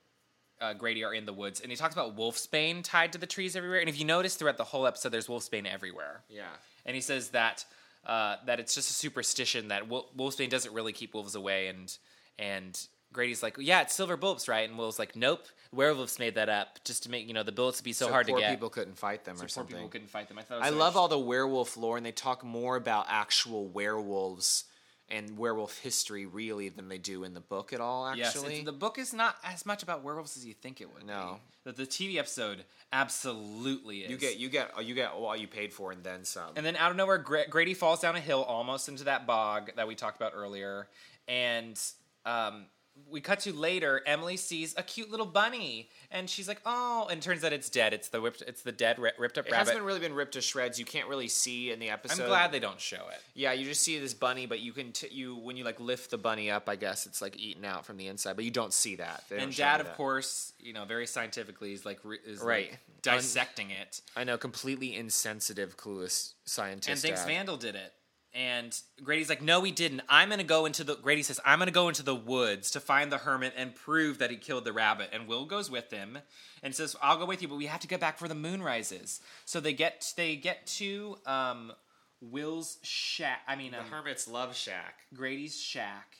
Speaker 5: uh, Grady are in the woods, and he talks about wolfsbane tied to the trees everywhere. And if you notice throughout the whole episode, there's wolfsbane everywhere.
Speaker 1: Yeah.
Speaker 5: and he says that uh, that it's just a superstition that Wol- Wolfsbane doesn't really keep wolves away, and and Grady's like, yeah, it's silver bullets, right? And Will's like, nope, werewolves made that up just to make you know the bullets be so, hard to
Speaker 1: poor
Speaker 5: get.
Speaker 1: people couldn't fight them or
Speaker 5: poor
Speaker 1: something.
Speaker 5: people couldn't fight them. I thought it was
Speaker 1: I
Speaker 5: so
Speaker 1: love all the werewolf lore, and they talk more about actual werewolves and werewolf history really than they do in the book at all.
Speaker 5: Yes,
Speaker 1: Actually,
Speaker 5: it's- the book is not as much about werewolves as you think it would.
Speaker 1: No.
Speaker 5: be. the, the TV episode absolutely is.
Speaker 1: you get you get you get all you paid for and then some.
Speaker 5: and then out of nowhere, Gra- Grady falls down a hill almost into that bog that we talked about earlier, and um, we cut to later. Emily sees a cute little bunny, and she's like, "Oh!" And turns out it's dead. It's the whipped, it's the dead ri- ripped up
Speaker 1: It
Speaker 5: rabbit.
Speaker 1: hasn't really been ripped to shreds. You can't really see in the episode.
Speaker 5: I'm glad they don't show it.
Speaker 1: Yeah, you just see this bunny, but you can t- you when you like lift the bunny up. I guess it's like eaten out from the inside, but you don't see that. They don't
Speaker 5: And
Speaker 1: show
Speaker 5: Dad,
Speaker 1: you
Speaker 5: of
Speaker 1: that.
Speaker 5: course, you know, very scientifically is like re- is
Speaker 1: Right.
Speaker 5: like, dissecting it,
Speaker 1: I know, completely insensitive, clueless scientist.
Speaker 5: and thinks
Speaker 1: Dad.
Speaker 5: Vandal did it. And Grady's like, "No, he didn't. I'm gonna go into the." Grady says, "I'm gonna go into the woods to find the hermit and prove that he killed the rabbit." And Will goes with him, and says, "I'll go with you, but we have to get back before the moon rises." So they get they get to um, Will's shack. I mean,
Speaker 1: the
Speaker 5: um,
Speaker 1: hermit's love shack.
Speaker 5: Grady's shack.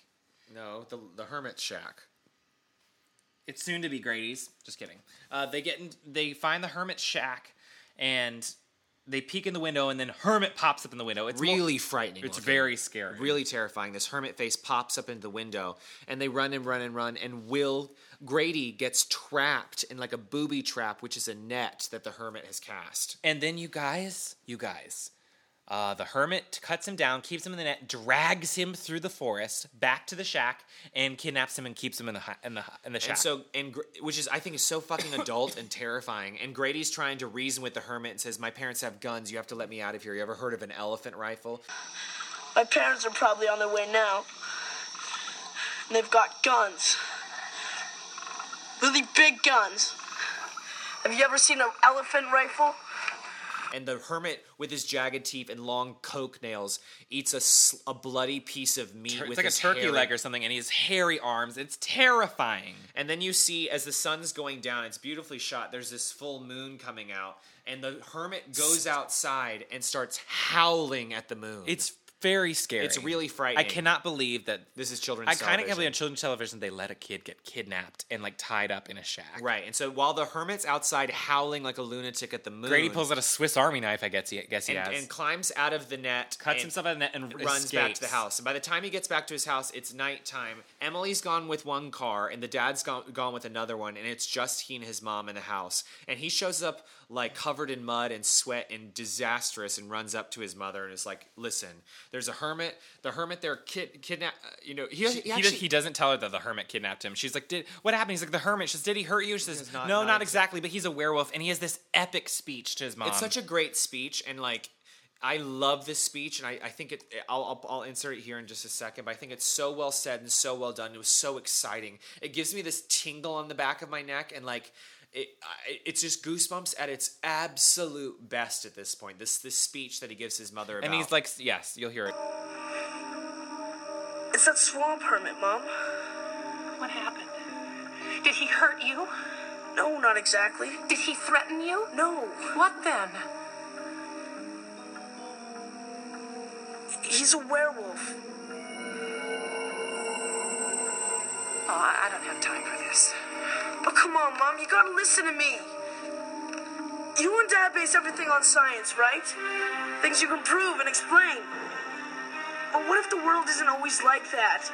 Speaker 1: No, the the hermit shack.
Speaker 5: It's soon to be Grady's. Just kidding. Uh, they get in, they find the hermit shack, and they peek in the window, and then hermit pops up in the window. It's
Speaker 1: really
Speaker 5: more-
Speaker 1: frightening.
Speaker 5: It's
Speaker 1: looking.
Speaker 5: very scary.
Speaker 1: really terrifying. This hermit face pops up into the window, and they run and run and run. And Will Grady gets trapped in like a booby trap, which is a net that the hermit has cast.
Speaker 5: And then you guys, you guys, uh, the hermit cuts him down, keeps him in the net, drags him through the forest back to the shack, and kidnaps him and keeps him in the hu- in the hu- in the shack.
Speaker 1: And so, and Gr- which is I think is so fucking adult and terrifying. And Grady's trying to reason with the hermit and says, "My parents have guns. You have to let me out of here." You ever heard of an elephant rifle?
Speaker 8: My parents are probably on their way now. And they've got guns. Really big guns. Have you ever seen an elephant rifle?
Speaker 1: And the hermit, with his jagged teeth and long coke nails, eats a, sl- a bloody piece of meat.
Speaker 5: it's
Speaker 1: with
Speaker 5: like a
Speaker 1: his
Speaker 5: turkey
Speaker 1: hairy-
Speaker 5: leg or something, and he has hairy arms. It's terrifying.
Speaker 1: And then you see as the sun's going down, it's beautifully shot. There's this full moon coming out, and the hermit goes outside and starts howling at the moon.
Speaker 5: It's very scary.
Speaker 1: It's really frightening.
Speaker 5: I cannot believe that
Speaker 1: this is children's.
Speaker 5: I kind of
Speaker 1: television.
Speaker 5: can't believe on children's television they let a kid get kidnapped and like tied up in a shack.
Speaker 1: Right, and so while the hermit's outside howling like a lunatic at the moon,
Speaker 5: Grady pulls out a Swiss Army knife. I guess he guess he
Speaker 1: and,
Speaker 5: has.
Speaker 1: and climbs out of the net,
Speaker 5: cuts
Speaker 1: and
Speaker 5: himself out of the net and
Speaker 1: runs back to the
Speaker 5: escapes.
Speaker 1: house. And by the time he gets back to his house, it's nighttime. Emily's gone with one car, and the dad's gone, gone with another one, and it's just he and his mom in the house. And he shows up like covered in mud and sweat and disastrous, and runs up to his mother and is like, "Listen, there's a hermit. The hermit there kid kidnap. uh, You know, he he,
Speaker 5: He,
Speaker 1: actually,
Speaker 5: does, he doesn't tell her that the hermit kidnapped him. She's like, "Did what happened?" He's like, "The hermit." She says, "Did he hurt you?" She says,
Speaker 1: It's not
Speaker 5: "No,
Speaker 1: nice.
Speaker 5: not exactly." But he's a werewolf, and he has this epic speech to his mom.
Speaker 1: It's such a great speech, and like I love this speech, and I, I think it. I'll, I'll I'll insert it here in just a second, but I think it's so well said and so well done. It was so exciting. It gives me this tingle on the back of my neck, and like. It, I- it's just goosebumps at its absolute best at this point. This this speech that he gives his mother, about.
Speaker 5: and he's like, "Yes, you'll hear it."
Speaker 8: It's that swamp hermit, Mom.
Speaker 11: What happened? Did he hurt you?
Speaker 8: No, not exactly.
Speaker 11: Did he threaten you?
Speaker 8: No,
Speaker 11: What then?
Speaker 8: he's a werewolf.
Speaker 11: Oh, I I don't have time for this.
Speaker 8: But come on, Mom, you gotta listen to me. You and Dad base everything on science, right? Things you can prove and explain. But what if the world isn't always like that?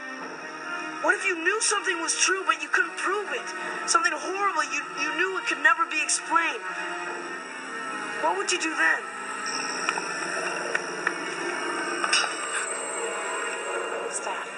Speaker 8: What if you knew something was true but you couldn't prove it? Something horrible you, you knew it could never be explained. What would you do then?
Speaker 11: What's that?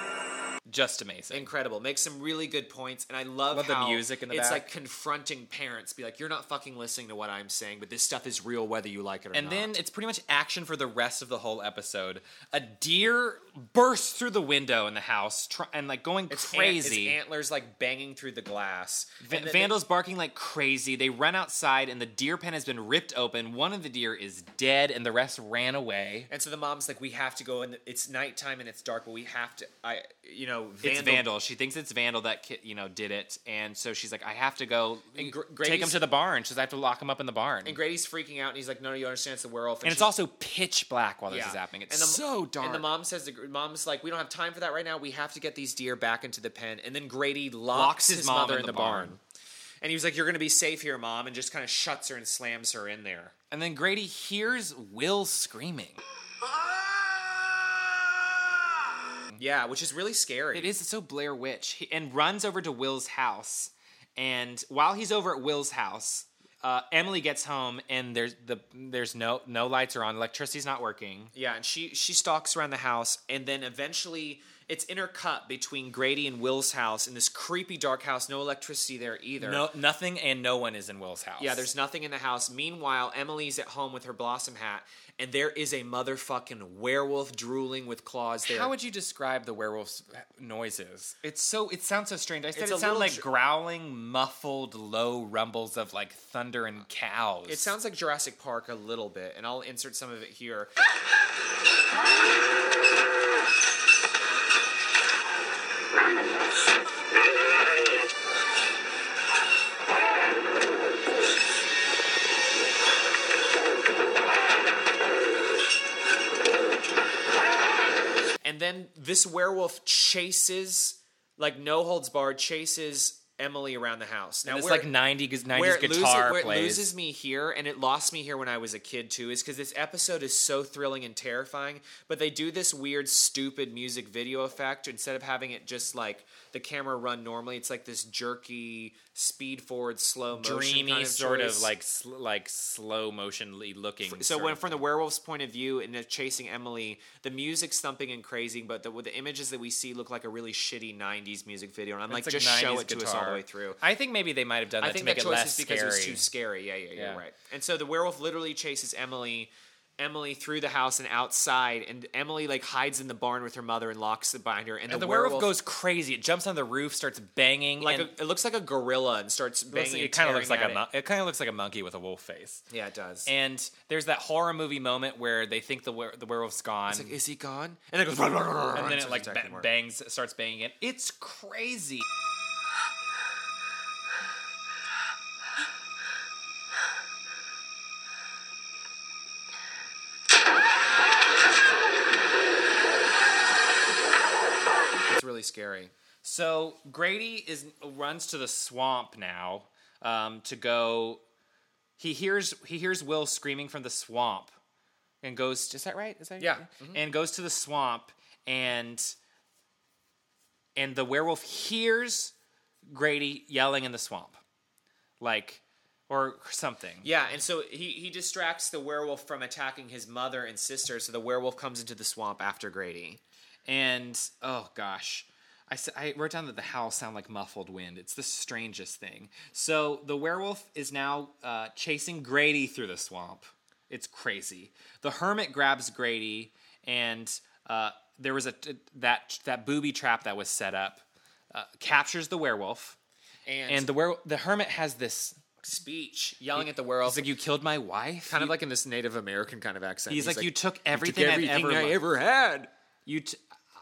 Speaker 5: Just amazing.
Speaker 1: incredible. Makes some really good points, and I love,
Speaker 5: Love the
Speaker 1: how
Speaker 5: music in the
Speaker 1: it's
Speaker 5: back.
Speaker 1: like confronting parents. Be like, you're not fucking listening to what I'm saying, but this stuff is real whether you like it or
Speaker 5: And
Speaker 1: not.
Speaker 5: then it's pretty much action for the rest of the whole episode. A deer bursts through the window in the house tr- and like going
Speaker 1: It's ant- it's
Speaker 5: crazy.
Speaker 1: antlers like banging through the glass.
Speaker 5: Va-
Speaker 1: And then
Speaker 5: Vandal's barking like crazy. They run outside and the deer pen has been ripped open. One of the deer is dead and the rest ran away.
Speaker 1: they- and so the mom's like, "We have to go, and it's nighttime and it's dark, but we have to." I, you know,
Speaker 5: It's Vandal. She thinks it's Vandal that ki- you know did it, and so she's like, "I have to go
Speaker 1: And Gr-
Speaker 5: take him
Speaker 1: Grady's-
Speaker 5: to the barn." She's, "I have to lock him up in the barn."
Speaker 1: And Grady's freaking out, and he's like, "No, no, you understand, it's the werewolf."
Speaker 5: and it's
Speaker 1: she's-
Speaker 5: also pitch black while this
Speaker 1: yeah.
Speaker 5: is happening. It's
Speaker 1: And the-
Speaker 5: so dark.
Speaker 1: And the mom says, the, gr- "Mom's like, we don't have time for that right now. We have to get these deer back into the pen." And then Grady locks,
Speaker 5: Locks his
Speaker 1: his,
Speaker 5: mom
Speaker 1: mother
Speaker 5: in
Speaker 1: in,
Speaker 5: the
Speaker 1: the barn. and he was like, "You're gonna be safe here, mom," and just kind of shuts her and slams her in there.
Speaker 5: And then Grady hears Will screaming.
Speaker 1: Yeah, which is really scary.
Speaker 5: It is so Blair Witch. He, and runs over to Will's house. And while he's over at Will's house, uh, Emily gets home and there's the there's no no lights are on, electricity's not working.
Speaker 1: Yeah, and she she stalks around the house, and then eventually It's intercut between Grady and Will's house in this creepy dark house. No electricity there either.
Speaker 5: No, nothing and no one is in Will's house.
Speaker 1: Yeah, there's nothing in the house. Meanwhile, Emily's at home with her blossom hat, and there is a motherfucking werewolf drooling with claws there.
Speaker 5: How would you describe the werewolf's noises? It's so. It sounds so strange. I said
Speaker 1: It's a
Speaker 5: it sounds
Speaker 1: little
Speaker 5: like
Speaker 1: dr-
Speaker 5: growling, muffled, low rumbles of like thunder and cows.
Speaker 1: It sounds like Jurassic Park a little bit, and I'll insert some of it here. And then this werewolf chases, like no holds barred, chases Emily around the house.
Speaker 5: Now it's
Speaker 1: where-
Speaker 5: like 90, gu- 90s
Speaker 1: where it loses-
Speaker 5: guitar
Speaker 1: where it
Speaker 5: plays.
Speaker 1: loses me here, and it lost me here when I was a kid too, is because this episode is so thrilling and terrifying. But they do this weird, stupid music video effect instead of having it just like the camera run normally. It's like this jerky, speed forward, slow motion,
Speaker 5: dreamy
Speaker 1: kind of
Speaker 5: sort
Speaker 1: choice.
Speaker 5: of like sl- like slow motionly looking.
Speaker 1: So
Speaker 5: sort
Speaker 1: when
Speaker 5: of
Speaker 1: from the werewolf's point of view and they're chasing Emily, the music's thumping and crazy, but the, the images that we see look like a really shitty '90s music video, and I'm like,
Speaker 5: It's
Speaker 1: just show
Speaker 5: 90s
Speaker 1: it to us all the
Speaker 5: guitar.
Speaker 1: way through.
Speaker 5: I think maybe they might have done that
Speaker 1: I think
Speaker 5: to make
Speaker 1: that
Speaker 5: it
Speaker 1: choice
Speaker 5: less
Speaker 1: is because
Speaker 5: scary.
Speaker 1: it was too scary. Yeah, yeah, yeah,
Speaker 5: Yeah.
Speaker 1: you're right. And so the werewolf literally chases Emily, Emily through the house and outside, and Emily like hides in the barn with her mother and locks it behind her. And,
Speaker 5: And the, werewolf, goes crazy. It jumps on the roof, starts banging.
Speaker 1: like
Speaker 5: and
Speaker 1: a, it looks like a gorilla and starts
Speaker 5: it looks-
Speaker 1: banging.
Speaker 5: it kind of looks like a
Speaker 1: it.
Speaker 5: mon- it kind of looks like a monkey with a wolf face.
Speaker 1: yeah, it does.
Speaker 5: And there's that horror movie moment where they think the were- the werewolf's gone.
Speaker 1: It's like, is he gone? And then it goes, and
Speaker 5: and then
Speaker 1: starts
Speaker 5: it like
Speaker 1: attacking
Speaker 5: ba-
Speaker 1: more.
Speaker 5: bangs, starts banging it. It's crazy.
Speaker 1: It's really scary.
Speaker 5: So Grady is runs to the swamp now um, to go. He hears he hears Will screaming from the swamp, and goes. Is that right? Is that
Speaker 1: Yeah.
Speaker 5: And goes to the swamp, and and the werewolf hears Grady yelling in the swamp, like or something.
Speaker 1: Yeah, and so he he distracts the werewolf from attacking his mother and sister. So the werewolf comes into the swamp after Grady.
Speaker 5: And oh gosh, I, s- I wrote down that the howls sound like muffled wind. It's the strangest thing. So the werewolf is now uh, chasing Grady through the swamp. It's crazy. The hermit grabs Grady, and uh, there was a t- that that booby trap that was set up. Uh, captures the werewolf,
Speaker 1: And,
Speaker 5: and the were- the hermit has this.
Speaker 1: speech yelling at the werewolf.
Speaker 5: He's like, "You killed my wife."
Speaker 1: kind
Speaker 5: You-
Speaker 1: of like in this Native American kind of accent.
Speaker 5: He's, like, "You took everything, I've ever
Speaker 1: I
Speaker 5: loved.
Speaker 1: ever had.
Speaker 5: You, t-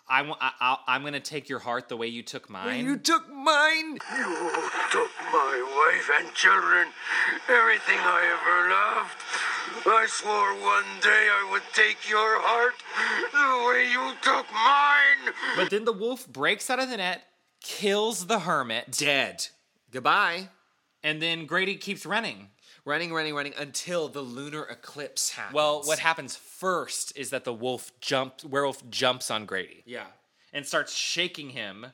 Speaker 5: I, wa- I, I, I'm gonna take your heart the way you took mine.
Speaker 1: You took mine."
Speaker 12: You took my wife and children, everything I ever loved. I swore one day I would take your heart the way you took mine.
Speaker 5: But then the wolf breaks out of the net, kills the hermit,
Speaker 1: Dead. Goodbye.
Speaker 5: and then Grady keeps running.
Speaker 1: Running, running, running until the lunar eclipse happens.
Speaker 5: Well, what happens first is that the wolf jumps, werewolf jumps on Grady
Speaker 1: Yeah.
Speaker 5: and starts shaking him,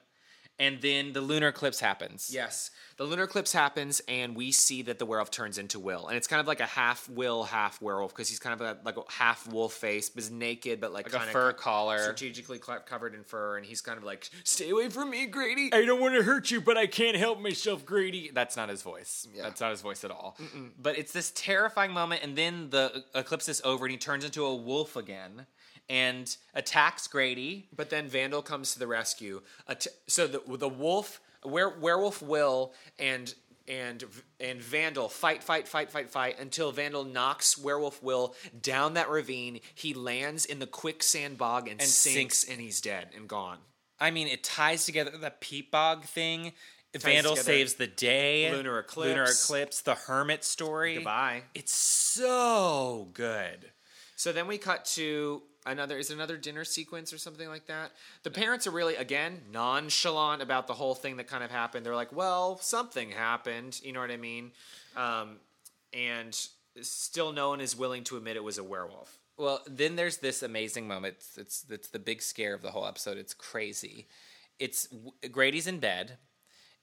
Speaker 5: and then the lunar eclipse happens.
Speaker 1: Yes. The lunar eclipse happens, and we see that the werewolf turns into Will, and it's kind of like a half Will, half werewolf because he's kind of a, like a half wolf face, but he's naked, but like,
Speaker 5: Like a
Speaker 1: kinda
Speaker 5: fur
Speaker 1: co-
Speaker 5: collar.
Speaker 1: strategically cl- covered in fur, and he's kind of like, "Stay away from me, Grady."
Speaker 5: I don't want to hurt you, but I can't help myself, Grady. That's not his voice. That's not his voice at all. But it's this terrifying moment, and then the eclipse is over, and he turns into a wolf again and attacks Grady.
Speaker 1: But then Vandal comes to the rescue. A t- so the the wolf, were- werewolf will and and and Vandal fight, fight, fight, fight, fight until Vandal knocks werewolf will down that ravine. He lands in the quicksand bog and,
Speaker 5: And
Speaker 1: sinks,
Speaker 5: sinks.
Speaker 1: and he's dead and gone.
Speaker 5: I mean, it ties together the peat bog thing. Vandal
Speaker 1: together
Speaker 5: saves the day.
Speaker 1: lunar eclipse.
Speaker 5: Lunar eclipse. The hermit story.
Speaker 1: Goodbye.
Speaker 5: It's so good.
Speaker 1: So then we cut to another is it another dinner sequence or something like that. The parents are really again nonchalant about the whole thing that kind of happened. They're like, "Well, something happened," you know what I mean? Um, and still no one is willing to admit it was a werewolf.
Speaker 5: Well, then there's this amazing moment. It's, it's it's the big scare of the whole episode. It's crazy. It's Grady's in bed,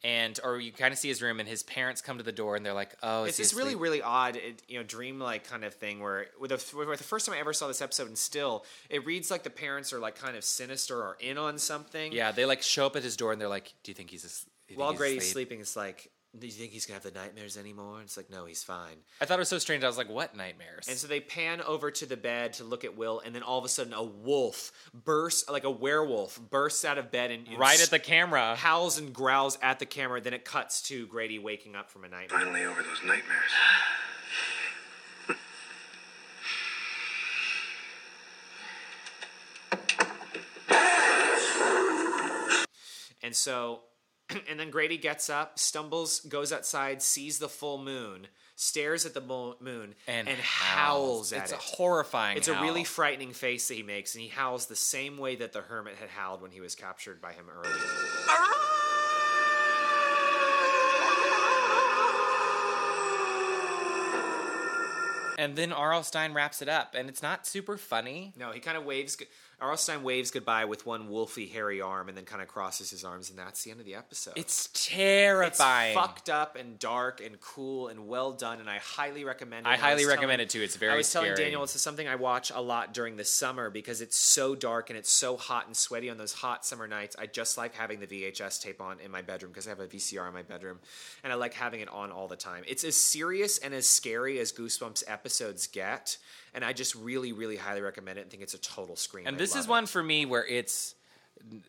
Speaker 5: and or you kind of see his room, and his parents come to the door, and they're like, "Oh, is
Speaker 1: it's
Speaker 5: he
Speaker 1: this really
Speaker 5: asleep?
Speaker 1: really odd it, you know dream like kind of thing where with the, where the first time i ever saw this episode and still it reads like the parents are like kind of sinister or in on something
Speaker 5: Yeah, they like show up at his door, and they're like, "Do you think he's asleep?"
Speaker 1: while grady's sleeping it's like do you think he's gonna have the nightmares anymore it's like no he's fine
Speaker 5: I thought it was so strange. I was like, "What nightmares?"
Speaker 1: and so they pan over to the bed to look at will and then all of a sudden a wolf bursts like a werewolf bursts out of bed and, and
Speaker 5: right at the camera.
Speaker 1: howls and growls at the camera then it cuts to grady waking up from a nightmare
Speaker 9: Finally over those nightmares.
Speaker 1: And so, and then Grady gets up, stumbles, goes outside, sees the full moon, stares at the mo- moon,
Speaker 5: And
Speaker 1: howls
Speaker 5: howls.
Speaker 1: at
Speaker 5: It's
Speaker 1: it.
Speaker 5: a horrifying
Speaker 1: It's a really
Speaker 5: howl.
Speaker 1: frightening face that he makes, and he howls the same way that the hermit had howled when he was captured by him earlier.
Speaker 5: And then Arl Stein wraps it up, and it's not super funny.
Speaker 1: No, he kind of waves. g- Arlstein waves goodbye with one wolfy, hairy arm, and then kind of crosses his arms, and that's the end of the episode.
Speaker 5: It's
Speaker 1: It's
Speaker 5: terrifying.
Speaker 1: fucked up and dark and cool and well done, and I highly recommend it.
Speaker 5: I
Speaker 1: And
Speaker 5: highly
Speaker 1: was
Speaker 5: recommend it, too. It's very
Speaker 1: I was telling
Speaker 5: scary.
Speaker 1: Daniel, this is something I watch a lot during the summer because it's so dark and it's so hot and sweaty on those hot summer nights. I just like having the VHS tape on in my bedroom because I have a VCR in my bedroom, and I like having it on all the time. It's as serious and as scary as Goosebumps episodes get, and I just really, really highly recommend it. and think it's a total scream.
Speaker 5: and
Speaker 1: I
Speaker 5: this
Speaker 1: love
Speaker 5: is
Speaker 1: it.
Speaker 5: one for me where it's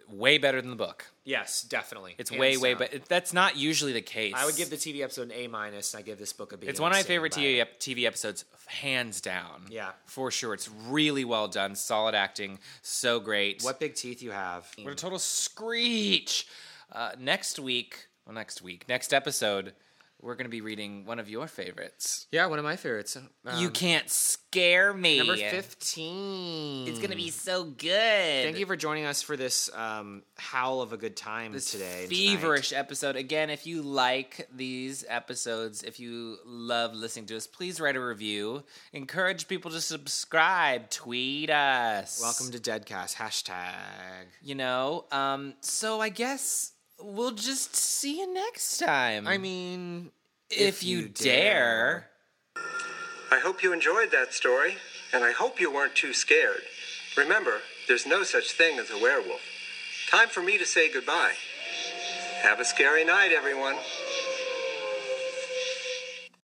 Speaker 5: way better than the book.
Speaker 1: Yes, definitely.
Speaker 5: It's
Speaker 1: Hands
Speaker 5: way, way,
Speaker 1: down.
Speaker 5: but that's not usually the case.
Speaker 1: I would give the TV episode an A minus, and I give this book a B.
Speaker 5: It's one of my
Speaker 1: I'm standing
Speaker 5: favorite
Speaker 1: by
Speaker 5: TV,
Speaker 1: it.
Speaker 5: ep- TV episodes, hands down.
Speaker 1: Yeah.
Speaker 5: for sure. It's really well done, solid acting, so great.
Speaker 1: What big teeth you have?
Speaker 5: What a total screech! Uh, next week, well, next week, next episode, we're going to be reading one of your favorites.
Speaker 1: Yeah, one of my favorites. Um,
Speaker 5: you can't scare me.
Speaker 1: Number 15.
Speaker 5: It's going to be so good.
Speaker 1: Thank you for joining us for this um, howl of a good time today. and tonight.
Speaker 5: feverish episode. Again, if you like these episodes, if you love listening to us, please write a review. Encourage people to subscribe, tweet us.
Speaker 1: Welcome to Deadcast. Hashtag.
Speaker 5: you know, um so I guess we'll just see you next time.
Speaker 1: I mean,
Speaker 5: if, you, dare.
Speaker 3: I hope you enjoyed that story, and I hope you weren't too scared. Remember, there's no such thing as a werewolf. Time for me to say goodbye. Have a scary night, everyone.